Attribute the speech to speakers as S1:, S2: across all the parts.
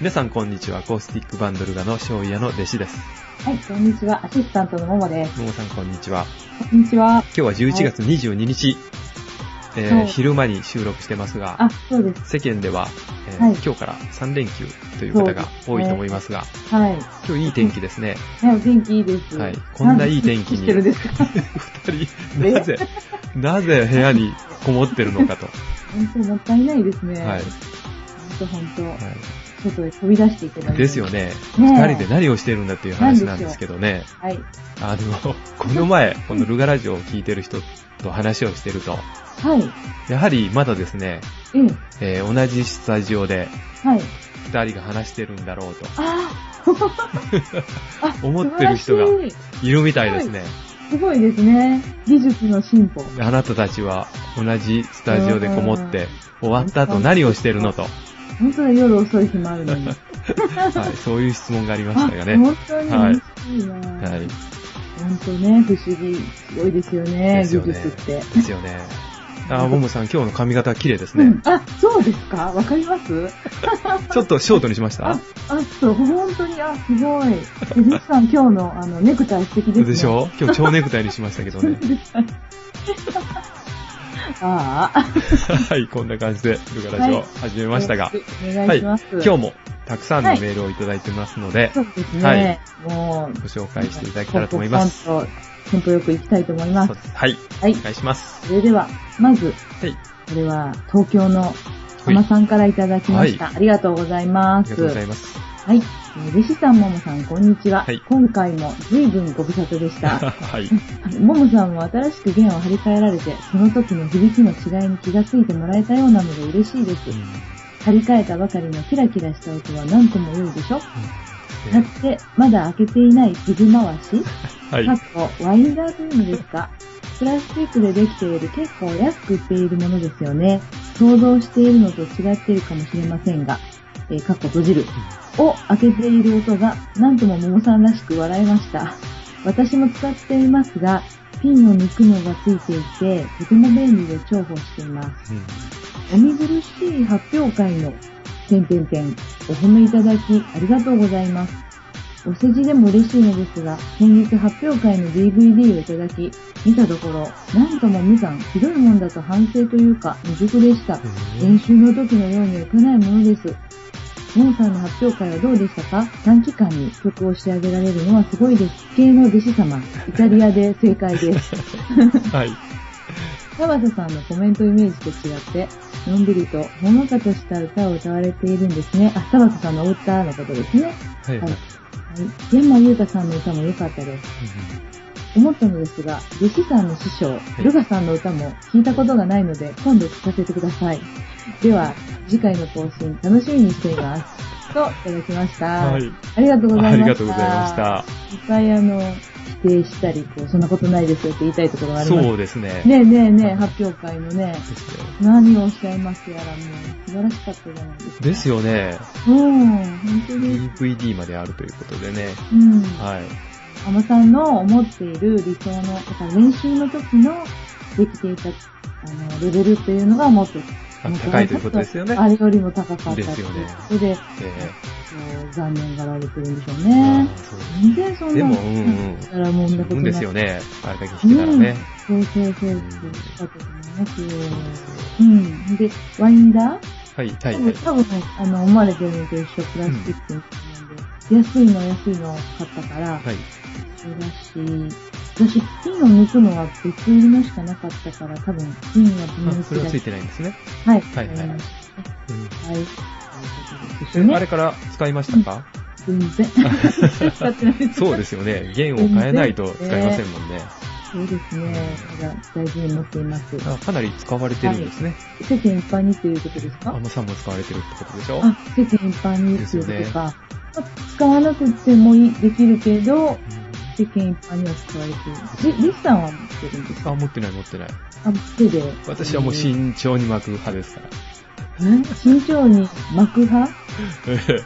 S1: 皆さんこんにちは。アコースティックバンドルガの醤油屋の弟子です。
S2: はい、こんにちは。アシスタントのももです。
S1: ももさんこんにちは。
S2: こんにちは。
S1: 今日は11月22日、えー
S2: はい
S1: 昼間に収録してますが、
S2: あ、そうです。
S1: 世間では、えー
S2: はい
S1: 今日から3連休という方が多いと思いますが、
S2: はい。
S1: 今日いい天気ですね。
S2: はい、お天気いいです。
S1: はいこんないい天気に
S2: 何してるんで すか
S1: 二人、なぜ、なぜ部屋にこもってるのか と。
S2: 本当もったいないですね。
S1: はい。は
S2: ちょっと本当、
S1: い、
S2: 外へ飛び出していただいて。
S1: ですよ。ね。
S2: ねえ
S1: 二人で何をしてるんだっていう話なんですけどね。
S2: はい。
S1: あの、この 前、このルガラジオを聞いてる人と話をしてると、
S2: はい。
S1: やはりまだですね、
S2: ええ。
S1: えー同じスタジオで
S2: はい。
S1: 二人が話してるんだろうと
S2: あ ーあ
S1: 思ってる人が
S2: 素晴らしい
S1: いるみたいですね。
S2: すごいですね。技術の進歩。
S1: あなたたちは同じスタジオでこもって、終わった後何をしてるのと、
S2: 本当に夜遅い日もあ るのに。あ、
S1: はい、そういう質問がありましたよね。
S2: 本当に
S1: はい
S2: 嬉しいな、
S1: はい、
S2: 本当ね、不思議。すごいですよね、
S1: ですよね
S2: 技術って。
S1: ですよね。あー、ももさん、今日の髪型綺麗です
S2: うん
S1: ね。
S2: あ、そうですかわかります
S1: ちょっとショートにしました
S2: あ、あ、そう、本当に、あ、すごい。え、ジさん、今日の、あの、ネクタイ素敵ですね。
S1: でしょ今日蝶ネクタイにしましたけどね。
S2: ああ。
S1: はい、こんな感じで、ルガラジオ始めましたが。
S2: よろしくお
S1: は
S2: 願い
S1: い、
S2: し
S1: 今
S2: ます。
S1: 日もたくさんの
S2: はい
S1: メールをいただいてますので、
S2: そうですね。
S1: はい
S2: もう、
S1: ご紹介していただけたらと思います。
S2: ポンポンポンと、テンポよく行きたいと思いま
S1: そう
S2: す。
S1: ですはい、
S2: はい
S1: お。願いします。
S2: それでは、まず、
S1: はい、
S2: これは、東京の浜さんからいただきました。ありがとうござい
S1: あ
S2: ま
S1: り
S2: す。
S1: がとうございます。
S2: はい。えー弟子さん、ももさん、こんにちは。
S1: はい
S2: 今回も随分ご無沙汰でし た。
S1: はい、
S2: ももさんも新しく弦を張り替えられて、その時の響きの違いに気がついてもらえたようなので嬉しいです。張り替えたばかりのキラキラした音は何とも良いでしょだ
S1: う
S2: っ
S1: ん
S2: て、まだ開けていないピグ回し、
S1: はい
S2: かっ、こワインダーというのですか、プラスチックでできている結構安く売っているものですよね。想像しているのと違っているかもしれませんが、えー、かっこ閉じる。を開けている音が、なんとも桃さんらしく笑いました。私も使っていますが、ピンを抜くのがついていて、とても便利で重宝しています。
S1: うん
S2: お見苦しい発表会の、点点点、お褒めいただきありがとうございます。お世辞でも嬉しいのですが、先日発表会の DVD をいただき、見たところ、なんとも無残、ひどいもんだと反省というか、未熟でした。練習の時のようにはいかないものです。モンさんの発表会はどうでしたか短期間に曲を仕上げられるのはすごいです。系の弟子様、イタリアで正解です。
S1: はい、
S2: 川田さんのコメントイメージと違って、のんびりとほのかとした歌を歌われているんですね。あ、川田さんのお歌のことですね。はい。
S1: はい、はい
S2: はい。玄馬優太さんの歌も良かったです。思ったのですが、弟子さんの師匠、ルガさんの歌も聞いたことがないので、今度聞かせてください。では、次回の更新楽しみにしています。と、いただきました。
S1: はい
S2: ありがとうございました。
S1: ありがとうございました。
S2: いっぱいあの、否定したり、こう、そんなことないですよって言いたいところがあります。
S1: そうですね。
S2: ねえねえねえ、発表会のね、
S1: ですね
S2: 何をおっしゃいますやらもう素晴らしかったじゃないですか。
S1: です
S2: よ。
S1: よね。
S2: うん、本当に。
S1: DVD まであるということでね。
S2: うん。
S1: はい。
S2: あまさんの思っている理想の、だから練習の時のできていた、あの、レベルっていうのがもっと、
S1: あ高いということですよね。
S2: あれよりも高かったって
S1: です
S2: いう
S1: よ
S2: こ
S1: ね
S2: とで、
S1: え
S2: こう残念がられてるんでしょう
S1: えあ
S2: ね。
S1: ーそう
S2: 全然そんな。
S1: でもうんうん
S2: だからもうそ
S1: 自
S2: んなこと
S1: 分
S2: ない。
S1: ですよね。あれだけ弾けたらね。
S2: うん。そうそうそう。
S1: う
S2: うんん、そうだと思います
S1: そうで
S2: よ
S1: すよ
S2: うん。で、ワインダー
S1: はい、はい、
S2: 多
S1: は
S2: 分、
S1: い。
S2: 多分ね、あの、思われてるのと一緒、プラスチックのなんで、安いのは安いのを買ったから、
S1: はい。
S2: そうだし、私、ピンを抜くのは別売りのしかなかったから、多分、ピンは微
S1: あ
S2: 妙に
S1: それはつい
S2: て
S1: てないんですね。
S2: はい。
S1: はいはい
S2: わかりまし
S1: うん
S2: たはい。
S1: えあれから使いましたか、
S2: 全然。使ってないです。
S1: そうですよね。弦を変えないと使えませんもんね。
S2: そうですね。まだ大事に持っています。
S1: あかなり使われてるんですね。
S2: 世間一般にということです
S1: あ
S2: か
S1: まさんも使われてるってことでしょ
S2: あ、世間一般にということか。まあ使わなくてもいいできるけど、
S1: うん
S2: 世間一般には使われている。リリスさんは持ってるんですか
S1: あ、持ってない持ってない。
S2: あ、手で。
S1: 私はもう
S2: え
S1: 慎重に巻く 派ですから。
S2: ー慎重に巻く派
S1: ええ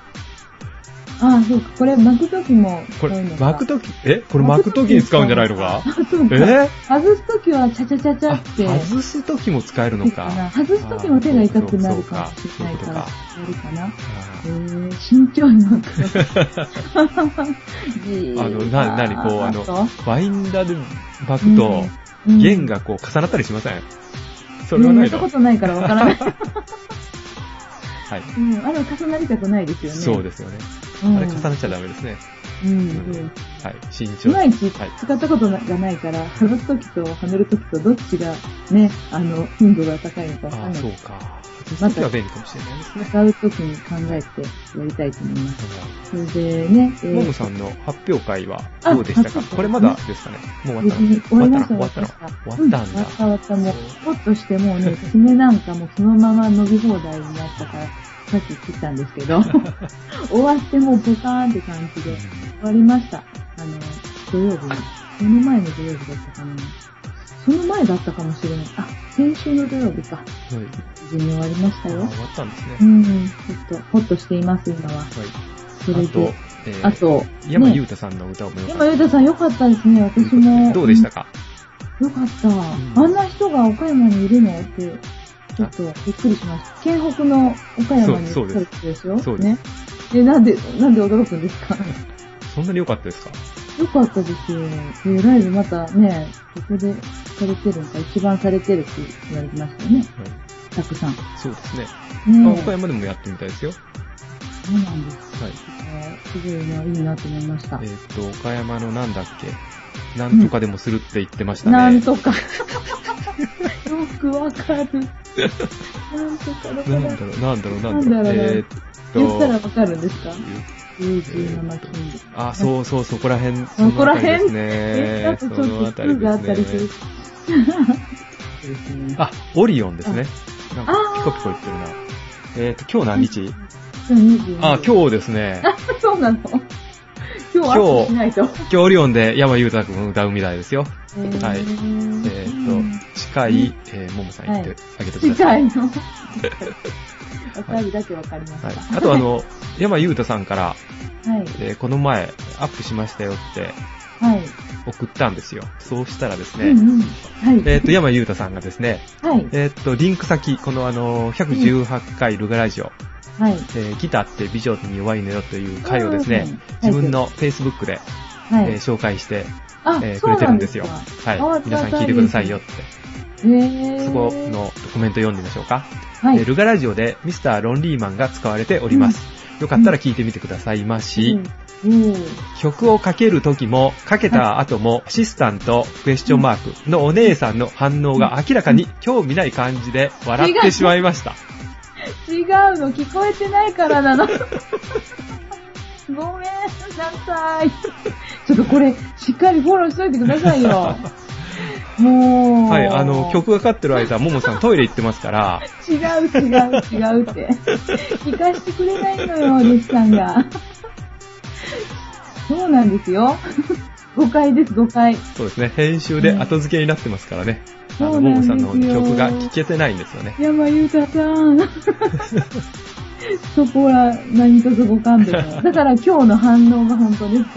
S2: ああ、そうか。これ巻くときも
S1: こ
S2: こう
S1: れ
S2: いうの、か。
S1: 巻くとき、えこれ巻くときに使うんじゃないのか
S2: あ、そうか。
S1: え
S2: 外すときはチャチャチャチャ
S1: あ
S2: って。
S1: 外すときも使えるのか。
S2: 外すときも手が痛くなるか
S1: あ
S2: も
S1: ー
S2: し
S1: そう
S2: れない
S1: そうそ
S2: か
S1: う
S2: ら、や
S1: か
S2: るかな。え
S1: そ
S2: ー、慎重に巻く。じ
S1: ういうこと
S2: ー
S1: か。あの、な、なにこう、あの、バインダーで巻くと、
S2: うん
S1: 弦がこう重なったりしませんそ
S2: そ
S1: れはな
S2: や
S1: い
S2: った
S1: の
S2: ことないからわからない。
S1: はい。
S2: うん、あれは重なりたくないですよね。
S1: そうですよね。
S2: す。うん、
S1: あれ重ねちゃダメですね。
S2: うん、
S1: うん
S2: うん
S1: はい。慎
S2: い
S1: 重
S2: まいち
S1: はい。
S2: 使ったことがないから、外すときとはめるときとどっちがね、あの、頻度が高いのかわか
S1: ああ、
S2: んない
S1: そう。か。外すときは便利かもしれないですね。
S2: 使うときに考えてやりたいと思います。それでね、え
S1: モム
S2: ー、
S1: さんの発表会はどうでしたか
S2: あ発表会
S1: これまだですかねもう
S2: 別に終
S1: 終
S2: わ
S1: わ
S2: り
S1: った
S2: ま
S1: の終わ
S2: した
S1: ったの終わったの終わったんだ。
S2: 終わった終わったもう、ポッとしてもうね、爪なんかもうそのまま伸び放題になったから、さっき切ったんです けど、終わってもうポカーンって感じで、終わりました。あの、土曜日、その前の土曜日だったかな。その前だったかもしれない。あ、先週の土曜日か。
S1: うんはい
S2: 無事に終わりました
S1: あ終
S2: よ
S1: わ。ったんですね
S2: う。ん、ちょっと、ほっとしています、今は。そ
S1: は
S2: れ
S1: い。あと
S2: で、、
S1: えー
S2: あと、
S1: 山
S2: ね
S1: 優太さんの歌を目
S2: 今、ゆうたさん良かったですね。私 も。
S1: どうでしたか
S2: よかった。あんな人が岡山にいるのって、ちょっとびっくりしました。県北の岡山に
S1: そうそうです
S2: 来たでしょ
S1: そうです
S2: ね。え、なんで、なんで驚くんですか
S1: そんなに良かったですか
S2: よかったですよ。え、ライブまたね、ここでされてるのか、一番されてるって言われてましたよね。
S1: はい。
S2: たくさん。ね
S1: そうですね。
S2: え。
S1: あ岡山でもやってみたいですよ。
S2: そうなんです。
S1: はい。
S2: ねすごいな、いいなと思いました
S1: え。ーっと、岡山のなんだっけなんとかでもするって言ってましたね。
S2: なんとか。 よくわかる。なんとかだか
S1: な
S2: ら。
S1: んだろう、なんだろう、な
S2: なんだろ
S1: んだ
S2: う
S1: ろう。
S2: な
S1: えーっと、
S2: 言ったらわかるんですか
S1: え
S2: 17
S1: っ
S2: キ
S1: と
S2: ング。
S1: あ、そうそう、そこら辺、
S2: そこら辺
S1: そのあたりですね。そのあたり
S2: があったり
S1: です
S2: る
S1: すね。。
S2: ですね。
S1: あ、オリオンですね。なんか
S2: あー、
S1: ピコピコ言ってるな。えっと、今日何日
S2: 今日22
S1: あ、今日ですね。
S2: 日。 そうなの。今日は
S1: 今日
S2: しないと。
S1: 今日オリオンで山優太くん歌うみたいですよ。はい
S2: え
S1: え
S2: ー
S1: っと、近い、えー、ももさん言ってあげてくださ
S2: 近
S1: い。
S2: い の。わかるだけわかりました。
S1: はい。あとあの、山優太さんから、
S2: はい。
S1: えーこの前、アップしましたよって
S2: はい。
S1: 送ったんですよ。そうしたらです
S2: う
S1: ね、
S2: んうん。はい。
S1: えっと、山優太さんがですね、
S2: はい。
S1: えっと、リンク先、このあの、118回ルガラジオ、
S2: はい。
S1: えーギターって美女に弱いのよという回をですね
S2: うん、
S1: 自分の Facebook で、
S2: はい。
S1: えー紹介して、
S2: あ
S1: えーくれてるんですよ。
S2: あ
S1: はい。皆さん聞いてくださいよっ。
S2: そうなんで
S1: て、
S2: すかへー
S1: そこのコメント読んでみましょうか。
S2: はい。
S1: えールガラジオでミスターロンリーマンが使われております。よかったら聞いてみてくださいまし、
S2: うんうん
S1: 曲をかける時も、かけた後も、アシスタント、クエスチョンマークのお姉さんの反応が明らかに興味ない感じで笑ってしまいました。
S2: 違うの、聞こえてないからなの。 ごめんなさい。ちょっとこれ、しっかりフォローしといてください よ。もう。
S1: はい、あの、。曲がかかってる間、ももさんトイレ行ってますから、
S2: 違う違う違うって。聞かしてくれないのよ、弟子さんが。そうなんですよ。誤解です、誤解。
S1: そうですね、編集で後付けになってますからね。あ
S2: そ
S1: の、
S2: うな
S1: も
S2: んで
S1: も
S2: す
S1: さんの曲
S2: よ
S1: が聴けてないんですよね。
S2: 山優太さん。そこは何とぞご勘弁 を。だから今日の反応が本当で すか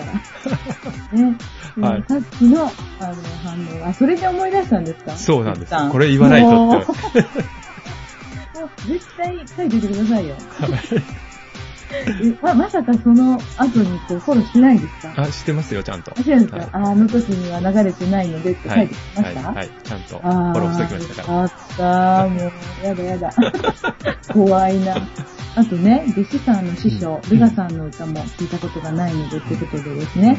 S2: ら。ね。
S1: はい
S2: さっきのあの反応が、あそれで思い出したんですか
S1: そうなんです
S2: 一旦
S1: これ言わないと って
S2: もうもう絶対書いていてくださいよ。えままさかその後にこうフォローしてないんですか
S1: あ、知ってますよ、ちゃんと。
S2: あ知らんですか、
S1: はい
S2: ああの時には流れてないのでって書
S1: はいい
S2: てき、ま
S1: は
S2: し
S1: い、
S2: た、
S1: はい、ちゃんとフ
S2: あ
S1: ォローしておきましたから。
S2: あったもう、やだやだ。 怖いな。あとね、弟子さんの師匠、
S1: うん
S2: ルガさんの歌も聞いたことがないので、ということでですね。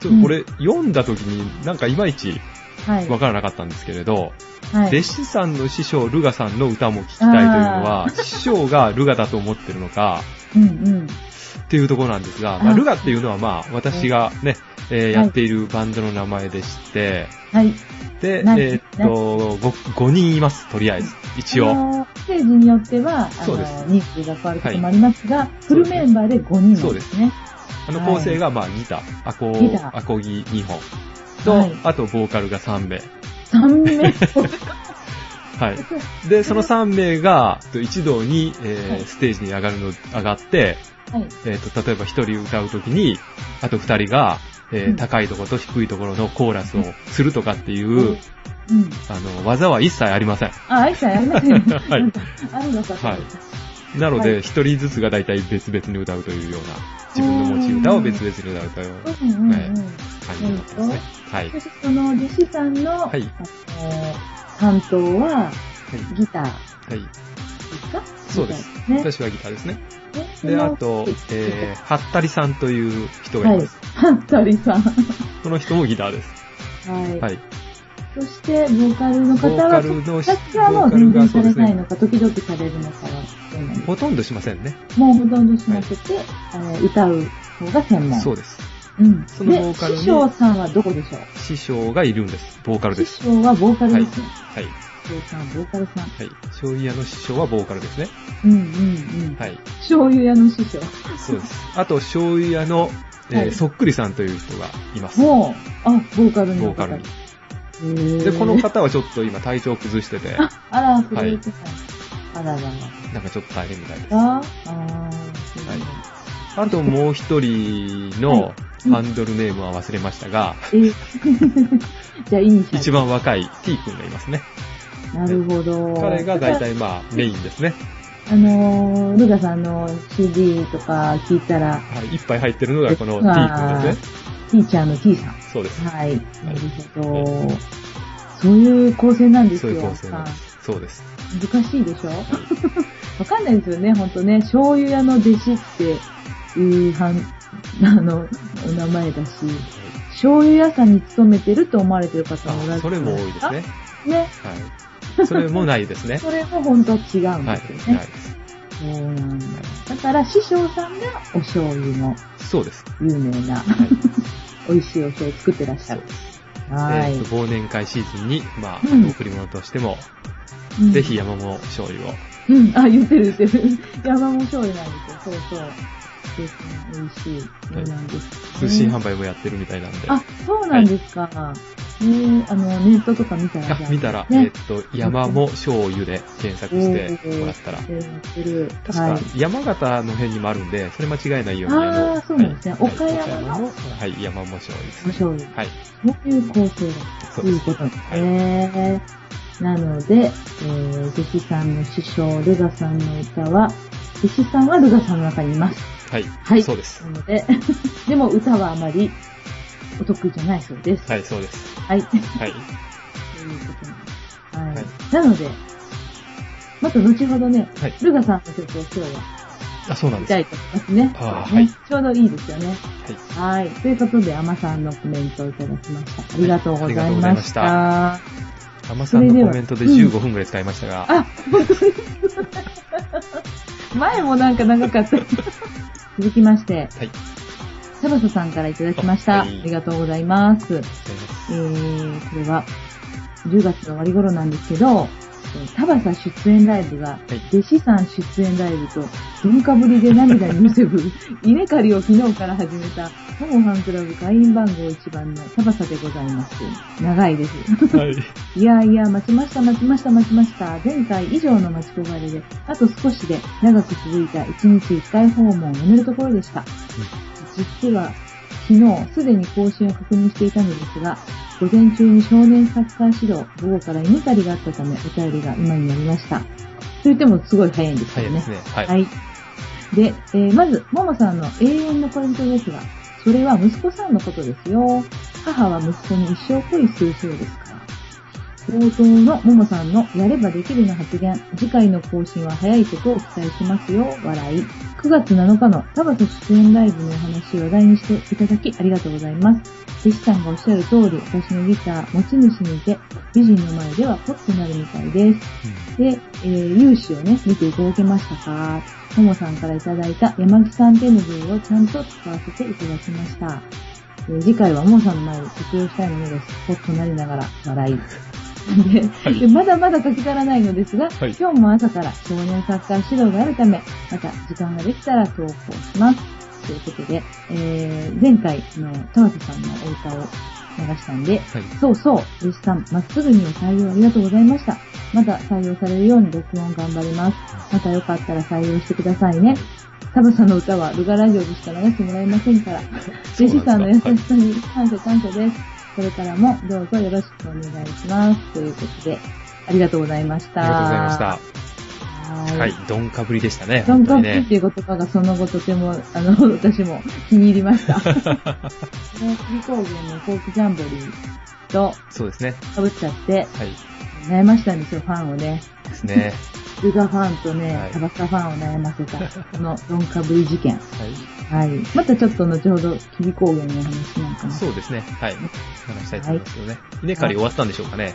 S1: ちょっとこれ、読んだ時になんかいまいち
S2: はい。
S1: わからなかったんですけれど、
S2: はい。
S1: 弟子さんの師匠、ルガさんの歌も聴きたいというのは、師匠がルガだと思ってるのか、
S2: うんうん。
S1: っていうところなんですが、ま
S2: あ
S1: あ、ルガっていうのはまあ、私がね、えーやっているバンドの名前でして、
S2: はい。
S1: で、
S2: 何
S1: えーっと、5人います、とりあえず。一
S2: あ
S1: 応。
S2: のーステージによっては、あ
S1: そう
S2: の
S1: で
S2: ー
S1: す
S2: 人数が変わることもありますが、フルメンバーで5人なんですね。
S1: そうですあの
S2: はい
S1: 構成がまあ、ギター、アコ
S2: ギター
S1: アコギ2本
S2: は
S1: と
S2: い、
S1: あとボーカルが3名。
S2: 3名。
S1: はい。で、その3名が、えっと一堂に、えー
S2: はい
S1: ステージに上がるの、上がって、
S2: はい。
S1: えっ、と、例えば一人歌うときに、あと二人が、えー
S2: うん
S1: 高いところと低いところのコーラスをするとかっていう、
S2: うん。うん。
S1: あの、技は一切ありません。
S2: あ、アイさんやりません。
S1: はい
S2: なんかあるのかと思った。
S1: なの
S2: は
S1: で、
S2: い
S1: 一人ずつが大体別々に歌うというような、自分の持ち歌を別々に歌うというような
S2: うんうんうん。
S1: ね感じになってますね。はい。は
S2: そしてその弟子さんの、
S1: はい。
S2: あの担当はいギターで
S1: はい。
S2: すか
S1: そうです。
S2: ね。
S1: 私はギターですね。
S2: そ
S1: で、
S2: の
S1: あと、えー、はったりさんという人がい
S2: は
S1: ま
S2: い
S1: す。。
S2: ハンタリさん。は
S1: その人もギターです。
S2: い。
S1: はい。
S2: そして、ボーカルの方
S1: ボーカ
S2: は、
S1: ルのし、
S2: 私
S1: ボ
S2: はも
S1: ー
S2: う
S1: カルが
S2: 全然
S1: そ
S2: さ
S1: うで
S2: れ
S1: す
S2: ない
S1: ね。
S2: のか、時々されるのかは、どうなんです
S1: ほとんどしませんね。
S2: かもうほとんどしなくて、あの歌う方が専門。。
S1: そううです。
S2: うん。
S1: そのボーカルに
S2: で、師匠さんはどこでしょう
S1: 師匠がいるんです。ボーカルです。
S2: 師匠はボーカルですね。
S1: はい。
S2: 師匠さん、ボーカルさん。
S1: はい。醤油屋の師匠はボーカルですね。
S2: うんうんうん。
S1: はい。
S2: 醤油屋の師匠。
S1: そうです。あと、醤油屋の、えー
S2: はい
S1: そっくりさんという人がいます。ボ
S2: もう、あ、ボーカルの
S1: ー
S2: 方
S1: カルに。
S2: へー
S1: で、この方はちょっと今体調崩してて、
S2: あ、あら、フレーズさん。あららら。
S1: なんかちょっと大変みたいです。
S2: ああー、
S1: はいあともう一人のハンドルネームは忘れましたが、
S2: そうですねえ、 じゃあ、イニシャル。
S1: 一番若い T 君がいますね。
S2: なるほど。
S1: 彼が大。体まあメインですね。
S2: あのー、ルカさんの CD とか聞いたら、
S1: はい。いっぱい入ってるのがこの T 君ですね。
S2: ティーチャーの T さん。
S1: そうです。
S2: はい。なるほど。そういう構成なんです
S1: そう
S2: よ。
S1: いう構成なんで
S2: さ
S1: す。そうです。
S2: あ難しいでしょ わかんないですよね、ほんとね。醤油屋の弟子っていう、はん、あの、お名前だし、醤油屋さんに勤めてると思われてる方もおられ
S1: あ
S2: る
S1: それも多いですね。。
S2: ね。
S1: はい。それもないですね。
S2: それも本当は違うん
S1: はい。
S2: ですよね。
S1: ないです。
S2: そうなんだ。だから、師匠さんがお醤油の
S1: そうです。
S2: 有名な、
S1: はい。
S2: 美味しいお醤油作ってらっし
S1: そ
S2: ゃ
S1: う
S2: る
S1: で。す。
S2: は
S1: えー
S2: い
S1: と。忘年会シーズンに、まあ、
S2: うん
S1: 贈り物としても、
S2: うん
S1: ぜひ。山も醤油を。
S2: うん、あ、言ってる言ってる。 山も醤油なんですよ。そうそう。ですね。美味しいものなんです。
S1: 通信販売もやってるみたいなんで。
S2: あ、そうなんですか。えー、あの、ネットとか見たら
S1: あ
S2: じゃあ。
S1: 見たら、え
S2: ね
S1: っ、と、山も醤油で検索してもらったら。
S2: えーやってる。
S1: 確か、山形の辺にもあるんで、それ間違いないように。の
S2: あーそうなんですね
S1: はい
S2: 岡山の
S1: 岡はい、山も醤油です
S2: お。醤油。
S1: はい、
S2: そういう構成だ
S1: そ
S2: と
S1: うで
S2: いう
S1: す。
S2: ことなんです
S1: はい
S2: ね。なので、えー、弟子さんの師匠、ルガさんの歌は、弟子さんはルガさんの中にいます。
S1: はい、
S2: はい
S1: そうです。
S2: なので、 でも歌はあまりお得意じゃないそうです。
S1: はい、そうです。
S2: はい。 という
S1: はい、
S2: ことなんです。は
S1: は
S2: い。
S1: い
S2: なので、また後ほどね、
S1: はい。
S2: ルガさんの曲を今日は
S1: あ、そうなん
S2: 見
S1: です。
S2: た
S1: はい
S2: と思いますね。
S1: あーはい
S2: ねちょうどいいですよね。
S1: い、
S2: はい。ということで、アマさんのコメントをいただきました。ありがとうござ
S1: あ
S2: い
S1: りがとうござい
S2: ま
S1: ま
S2: し。
S1: したた甘さんのコメントで15分くらい使いましたが、
S2: あ、本当に。前もなんか長かった。 続きまして、
S1: はい、
S2: サバサさんからいただきました。
S1: あ
S2: あ
S1: はい
S2: りがとうございます。
S1: 使います
S2: えー、これは、10月の終わり頃なんですけど、えータバサ出演ライブが、
S1: い
S2: 弟子さん出演ライブと、どんかぶりで涙にむせぶ、稲刈りを昨日から始めた、ホモファンクラブ会員番号1番のタバサでございます。長いです。
S1: はい、
S2: いやいや、待ちました、待ちました、待ちました。前回以上の待ち焦がれで、あと少しで長く続いた1日1回訪問をやめるところでした。実は、昨日、すでに更新を確認していたのですが、午前中に少年サッカー指導、午後から犬狩りがあったため、お便りが今になりました。と言ってもすごい早いんです
S1: 早
S2: よ
S1: い
S2: ね
S1: です。ね。はい、
S2: はい。で、えーまず、ももさんの永遠のポイントですが、それは息子さんのことですよ。母は息子に一生恋するそうですから。冒頭のももさんのやればできるの発言、次回の更新は早いことを期待しますよ。笑い。9月7日のタバサ出演ライブのお話を話題にしていただきありがとうございます。弟子さんがおっしゃる通り、私のギター、持ち主にいて、美人の前ではポッとなるみたいです。で、えー、勇姿をね、見ていただけましたかももさんからいただいた山木さん手ぬぐいをちゃんと使わせていただきました。えー次回はももさんの前で着用したいものです。ほっとなりながら笑い。で
S1: はい
S2: でまだまだ書き足らないのですが、
S1: はい
S2: 今日も朝から少年サッカー指導があるため、また時間ができたら投稿します。ということで、えー、前回の田畑さんのお歌を流したんで、
S1: はい、
S2: そうそう、弟子さん、まっすぐにお採用ありがとうございました。まだ採用されるように録音頑張ります。またよかったら採用してくださいね。サバさんの歌はルガラジオでしか流してもらえませんから、ジ
S1: そうなんですか
S2: ェシーさんの優しさに感謝感謝です。これからもどうぞよろしくお願いします。ということで、ありがとうございました。
S1: ありがとうございまし
S2: は
S1: た。
S2: い。
S1: はい、どんかぶりでしたね。
S2: ドンカ
S1: 本当に
S2: ップっ
S1: ね。
S2: ていう言葉がその後とても、あの、 私も気に入り ました。この杉高原のフォークジャンボリーと
S1: そうですね。
S2: 被っちゃって、
S1: はい。
S2: 悩ましたんですよ、ファンをね。
S1: ですね。
S2: ルガファンとね、
S1: はい
S2: タバサファンを悩ませた、このドンカブリ事件。
S1: はい。
S2: はい。またちょっと後ほど、霧高原のお話なんかな。
S1: そうですね。はい。話したいと思いますけどね。稲刈り終わったんでしょうかね。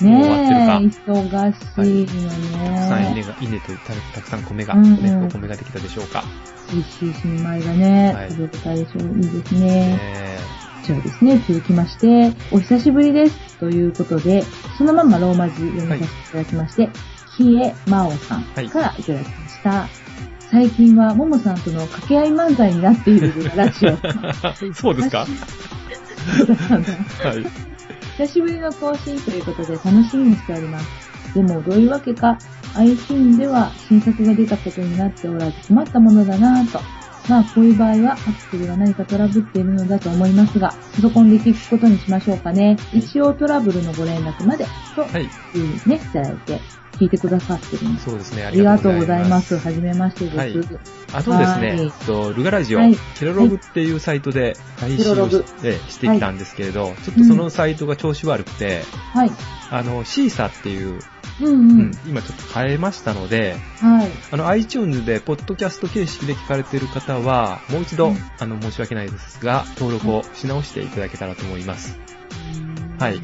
S1: もう終わっ
S2: ねえ、
S1: て
S2: 忙しいよ
S1: たくさん稲
S2: ね。
S1: が、稲とたたくさん米が、
S2: うんうん
S1: ね、お米ができたでしょうか。
S2: 美味しい新米がね、
S1: はい
S2: 食べてたでしょ。いいです
S1: ね
S2: ね。
S1: え
S2: じゃあですね、続きまして、お久しぶりです。ということで、そのままローマ字読みさせていただきまして、キエマオさんからいただきました。最近は、ももさんとの掛け合い漫才になっているラジオ。
S1: そうです かはい。
S2: 久しぶりの更新ということで楽しみにしております。でもどういうわけか、iTunes では新作が出たことになっておらず困ったものだなぁと。まあこういう場合は Apple が何かトラブっているのだと思いますが、パソコンで聞くことにしましょうかね。一応トラブルのご連絡までと
S1: はいい。
S2: うふうにね、いただいて聞いてくださってるんです。
S1: そうですね。
S2: あ
S1: あ
S2: り
S1: り
S2: が
S1: が
S2: と
S1: と
S2: う
S1: う
S2: ご
S1: ご
S2: ざ
S1: ざ
S2: い
S1: い
S2: ま。
S1: ますす。
S2: はじめましてです。
S1: はいあとですね、
S2: はい
S1: えっとルガラジオ、
S2: はい
S1: ケロログっていうサイトで配信
S2: ケロロ
S1: をし,
S2: グ
S1: ええ、してきたんですけれど、ちょっとそのサイトが調子悪くて、
S2: はい。
S1: あの、シーサっていう、
S2: うん
S1: う
S2: うんん。
S1: 今ちょっと変えましたので、
S2: はい。
S1: あの、iTunes で、ポッドキャスト形式で聞かれている方は、もう一度、
S2: うん
S1: あの、申し訳ないですが、登録をし直していただけたらと思います。はい。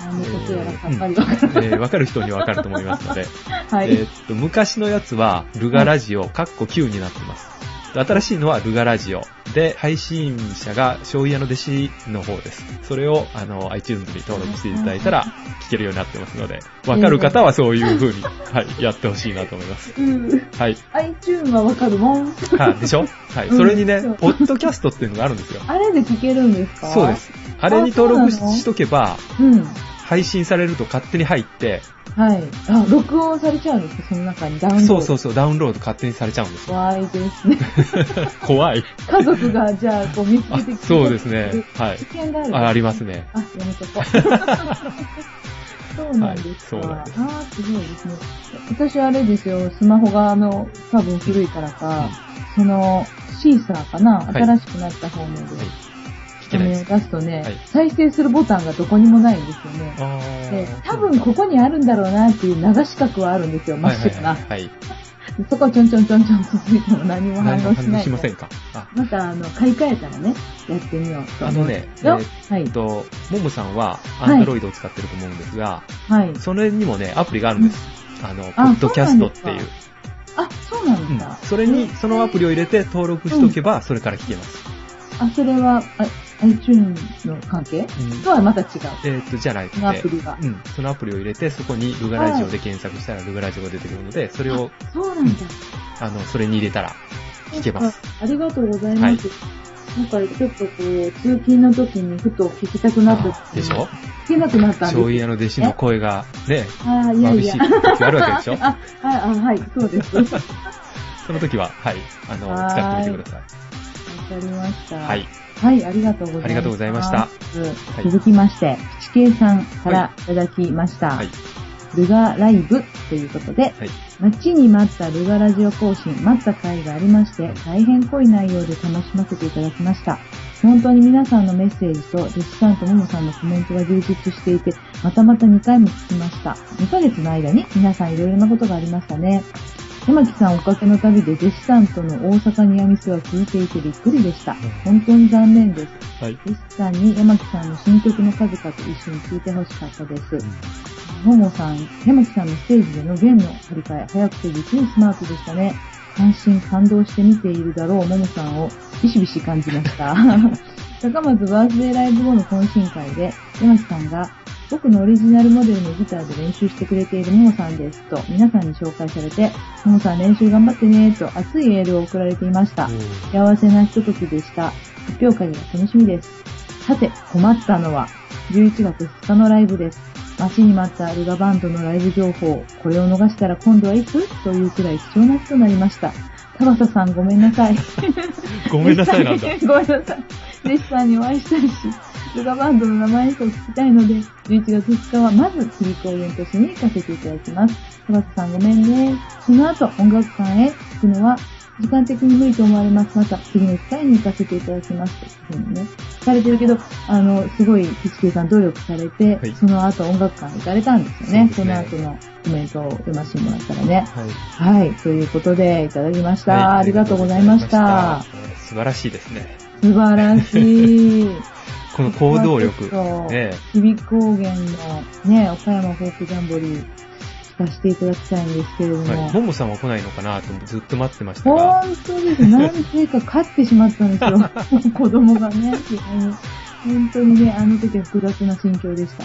S2: 何のことやらさっぱりわからない。
S1: えー、わかる人にはわかると思いますので、
S2: はい。
S1: えーっと、昔のやつは、ルガラジオ、カッコ9になってます。新しいのはルガラジオ。で、配信者が、醤油屋の弟子の方です。それを、あの、iTunes に登録していただいたら、聞けるようになってますので、わかる方はそういう風に、はい、やってほしいなと思います。
S2: うん。
S1: はい。
S2: iTune はわかるもん。
S1: はい、でしょはい。
S2: うん
S1: それにね
S2: そう、
S1: ポッドキャストっていうのがあるんですよ。
S2: あれで聞けるんですか
S1: そうで。す。あれに登録し
S2: そうなの
S1: しとけば、
S2: うん。
S1: 配信されると勝手に入って、
S2: はい。あ、録音されちゃうんですかその中にダウンロード。
S1: そうそううそう、ダウンロード勝手にされちゃうんですよ。
S2: 怖いですね。
S1: 怖い。
S2: 家族が、じゃあ、こう見つ け
S1: あ
S2: て聞いて
S1: そうですね。はい
S2: 危。険がある、
S1: あ、あります。ね。
S2: あ、やめとこ う。そうなんですか。
S1: はいそうなんです
S2: あー、すごいですね。私あれですよ、スマホがあの、多分古いからか、その、シーサーかな、
S1: はい
S2: 新しくなった方面で、
S1: はい聞けないです。
S2: 出すとね、
S1: はい
S2: 再生するボタンがどこにもないんですよね。
S1: あ
S2: で
S1: ー
S2: 多分ここにあるんだろうなっていう流し角はあるんですよ、真
S1: はい
S2: っ
S1: はい
S2: 白
S1: はい
S2: な。
S1: はい。
S2: そこをちょんちょんちょんちょん続いても何も反
S1: 何も
S2: 応し
S1: 反
S2: な
S1: 応
S2: い。
S1: しませんか。あ、
S2: また、あの、買い替えたらね、やってみようと
S1: あ
S2: 思
S1: の
S2: うんで
S1: ね、
S2: す
S1: え
S2: よ。
S1: ー
S2: は
S1: えっ
S2: い。
S1: と、ももさんは、
S2: い
S1: アンドロイドを使ってると思うんですが、
S2: はい。
S1: それにもね、アプリがあるんです。あの、ポ
S2: あ
S1: ッドキャストっていう。
S2: あ、そうなんですか。
S1: それに、そのアプリを入れて登録しとけば、それから聞けます。
S2: あ、それは、あ iTunes の関係
S1: うん
S2: とはまた違う。
S1: えーっと、じゃないく
S2: そのアプ
S1: て、
S2: リが。
S1: うん、そのアプリを入れて、そこにルガラジオで検索したらルガラジオが出てくるので、それを、
S2: そうなんだ。
S1: あの、それに入れたら聞けます。
S2: ありがとうございます。なんかちょっとこう、通勤の時にふと聞きたくなった
S1: あーでしょ
S2: 聞けなくなったんです
S1: 醤油屋の弟子の声が、ね、
S2: ああ、いや
S1: 眩
S2: い
S1: し
S2: や
S1: い。時あるわけでしょ
S2: あ、はい、あはい、そうです。わか
S1: その時は、はい、あの、
S2: はーい
S1: 使ってみてくださ
S2: りました。
S1: い。はい。。
S2: はい、ありがとうございます。
S1: ありがとうございましたはい
S2: 続きまして、ピチケイさんからいただきました。
S1: はい。
S2: ルガライブということで、
S1: はい。
S2: 待ちに待ったルガラジオ更新、待った回がありまして、大変濃い内容で楽しませていただきました。本当に皆さんのメッセージと、弟子さんとももさんのコメントが充実していて、またまた2回も聞きました。2ヶ月の間に皆さんいろいろなことがありましたね。山木さんおかけの旅で弟子さんとの大阪にやみせは聞いていてびっくりでした。本当に残念です。
S1: はい。
S2: 弟子さんに山木さんの新曲の数々一緒に聞いてほしかったです。ももさん、山木さんのステージでの弦の張り替え、早くて実にスマートでしたね。感心、感動して見ているだろう、ももさんをビシビシ感じました。 高松バースデーライブ後の懇親会で、山木さんが、僕のオリジナルモデルのギターで練習してくれているももさんですと、皆さんに紹介されて、ももさん練習頑張ってねと熱いエールを送られていました。幸せなひとときでした。発表会が楽しみです。さて、困ったのは、11月2日のライブです。待ちに待ったルガバンドのライブ情報、これを逃したら今度はいつというくらい貴重な日となりました。田畑さんごめんなさい。。
S1: ごめんなさいなんだ。
S2: ごめんなさい。レシさんにお会いしたいし、ルガバンドの生演奏を聞きたいので、11月2日はまず響く応援都市に行かせていただきます。田畑さんごめんね。その後、音楽館へ行くのは、時間的に無理と思われます。また、次の機会に行かせていただきます。というふうにね。聞かれてるけど、あの、すごい、岸圭さん努力されて、
S1: はい
S2: その後音楽館行かれたんですよね。
S1: そ
S2: そうの
S1: です
S2: 後のコメントを読ませてもらったらね。
S1: はい。
S2: はい、ということで、いただきました。
S1: はい
S2: ありがとうございました。
S1: ありがとうございました素晴らしいですね。
S2: 素晴らしい。
S1: この行動力。
S2: そう
S1: ね
S2: 日々高原のね、岡山フォークジャンボリー、聞かせていただきたいんですけれども、
S1: はい。ももさんは来ないのかなとずっと待ってましたが。
S2: 本当です。なんていうか勝ってしまったんですよ。 子供がね、急に。本当にね、あの時は複雑な心境でした。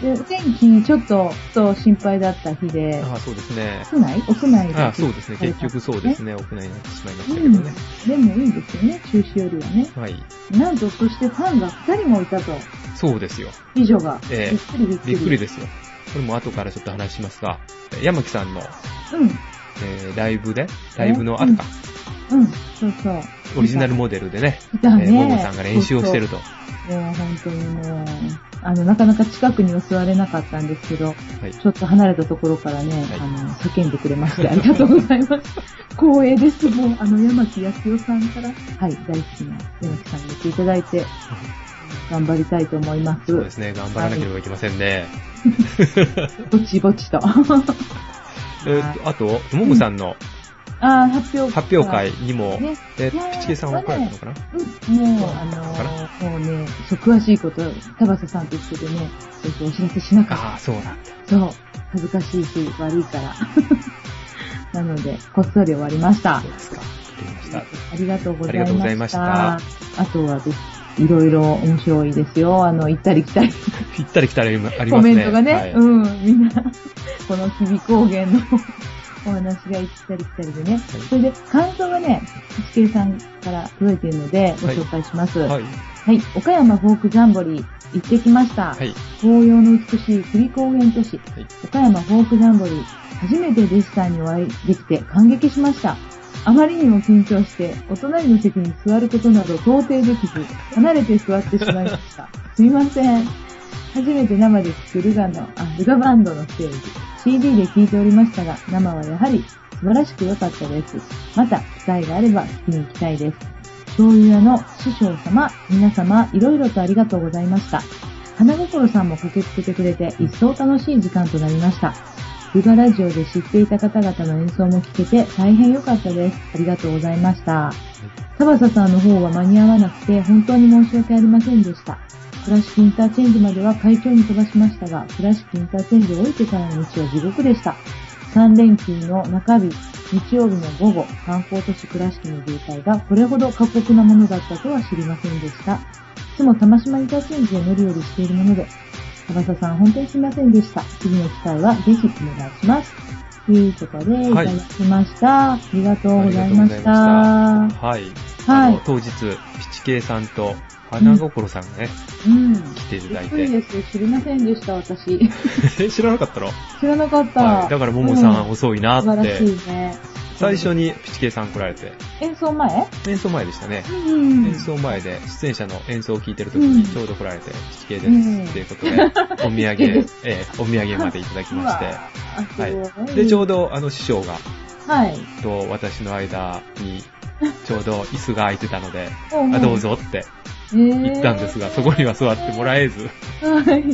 S2: で、天気ちょっと、ちょっと心配だった日で、
S1: ああ、そうですね。
S2: 屋内屋内で
S1: ああ、そうですね。結局そうです
S2: ね。
S1: ね。屋内になってしまいま
S2: う
S1: したけど
S2: ん。
S1: ね。
S2: でもいいんですよね、中止よりはね。
S1: はい。
S2: なんと、そしてファンが2人もいたと、
S1: そうですよ。
S2: 美女が。
S1: ええ
S2: びっくりびっくり。
S1: びっくりですよ。これも後からちょっと話しますが、えー山木さんの、
S2: うん。
S1: えーライブで、ライブの後か、
S2: うん。そうそう。
S1: オリジナルモデルでね、
S2: いたね
S1: ーももさんが練習をしてると。
S2: もう本当にもう、あの、なかなか近くには座れなかったんですけど、
S1: はい。
S2: ちょっと離れたところからね、
S1: はい
S2: あの、叫んでくれまして、ありがとうございます。光栄です。もう、あの、山木康代さんから、はい、大好きな山木さんに言っていただいて、頑張りたいと思います。
S1: そうですね。頑張らなければいけませんね。
S2: ぼちぼちと。
S1: えーっと、あと、ももさんの
S2: あー発表
S1: 発表会にも、
S2: ね
S1: え
S2: いや
S1: ー
S2: ー
S1: ピチケさんは来られたのかな
S2: うんもう、あ
S1: か
S2: の、もうね、そう詳しいこと、田畑さんと一緒でね、ちょっとお知らせしなかった。
S1: ああ、そうなんだ。
S2: そう。恥ずかしいし、悪いから。 なので、こっそり終わりました
S1: そう。ですか。わかりました。
S2: ありがとうございま
S1: ありがとうご
S2: し
S1: ざ
S2: た。
S1: いました
S2: あとはです、いろいろ面白いですよ。あの、行ったり来たり、
S1: 行ったり来たりありますね。
S2: コメントがね、
S1: はい
S2: うん、みんな、この日々高原の お話が行ったり来たりでね。それで、感想がね、石切さんから届いているので、ご紹介します。
S1: はい。
S2: はい、岡山フォークジャンボリー、行ってきました。
S1: はい。
S2: 紅葉の美しい首高原都市、
S1: い
S2: 岡山フォークジャンボリー、初めて弟子さんにお会いできて感激しました。あまりにも緊張して、お隣の席に座ることなど到底できず、離れて座ってしまいました。すみません。初めて生で聴くルガの、あ、ルガバンドのステージ、CD で聴いておりましたが、生はやはり素晴らしく良かったです。また、機会があれば聴きに行きたいです。醤油屋の師匠様、皆様、いろいろとありがとうございました。花心さんも駆けつけてくれて、一層楽しい時間となりました。ルガラジオで知っていた方々の演奏も聞けて大変良かったです。ありがとうございました。田畑さんの方は間に合わなくて本当に申し訳ありませんでした。倉敷インターチェンジまでは会長に飛ばしましたが、倉敷インターチェンジを降りてからの道は地獄でした。3連休の中日、日曜日の午後、観光都市倉敷の渋滞がこれほど過酷なものだったとは知りませんでした。いつも玉島インターチェンジを乗り降りしているもので、田畑さん本当にすいませんでした。次の機会はぜひお願いします。ということで、いた
S1: はい
S2: だきました。ありがとうございま
S1: あ
S2: した。
S1: りがとうございましたはい。
S2: は
S1: あ
S2: い
S1: の当日、ピチケイさんと花心さんがね、
S2: うん。
S1: 来ていただい
S2: びっく
S1: て。
S2: りです。知りませんでした、私。
S1: 知らなかったの
S2: 知らなかった。
S1: はい。だから、ももさん
S2: う
S1: 遅いな
S2: 素
S1: っ、
S2: 晴らしていね。
S1: 最初にピチケイさん来られて、
S2: 演奏前
S1: 演奏前でしたね。
S2: うん
S1: 演奏前で、出演者の演奏を聴いてる時
S2: うん
S1: にちょうど来られて、ピチケイです、
S2: うん
S1: っていうことで、 お土産、
S2: チケイで
S1: ええお土産までいただきまし
S2: うわ
S1: て。
S2: あすごい。
S1: はい。で、ちょうど、あの、師匠が、
S2: はい。
S1: と私の間に、ちょうど椅子が空いてたので、
S2: おう
S1: あどう。ぞって
S2: 行
S1: 言ったんですが、そこには座ってもらえず、
S2: はい。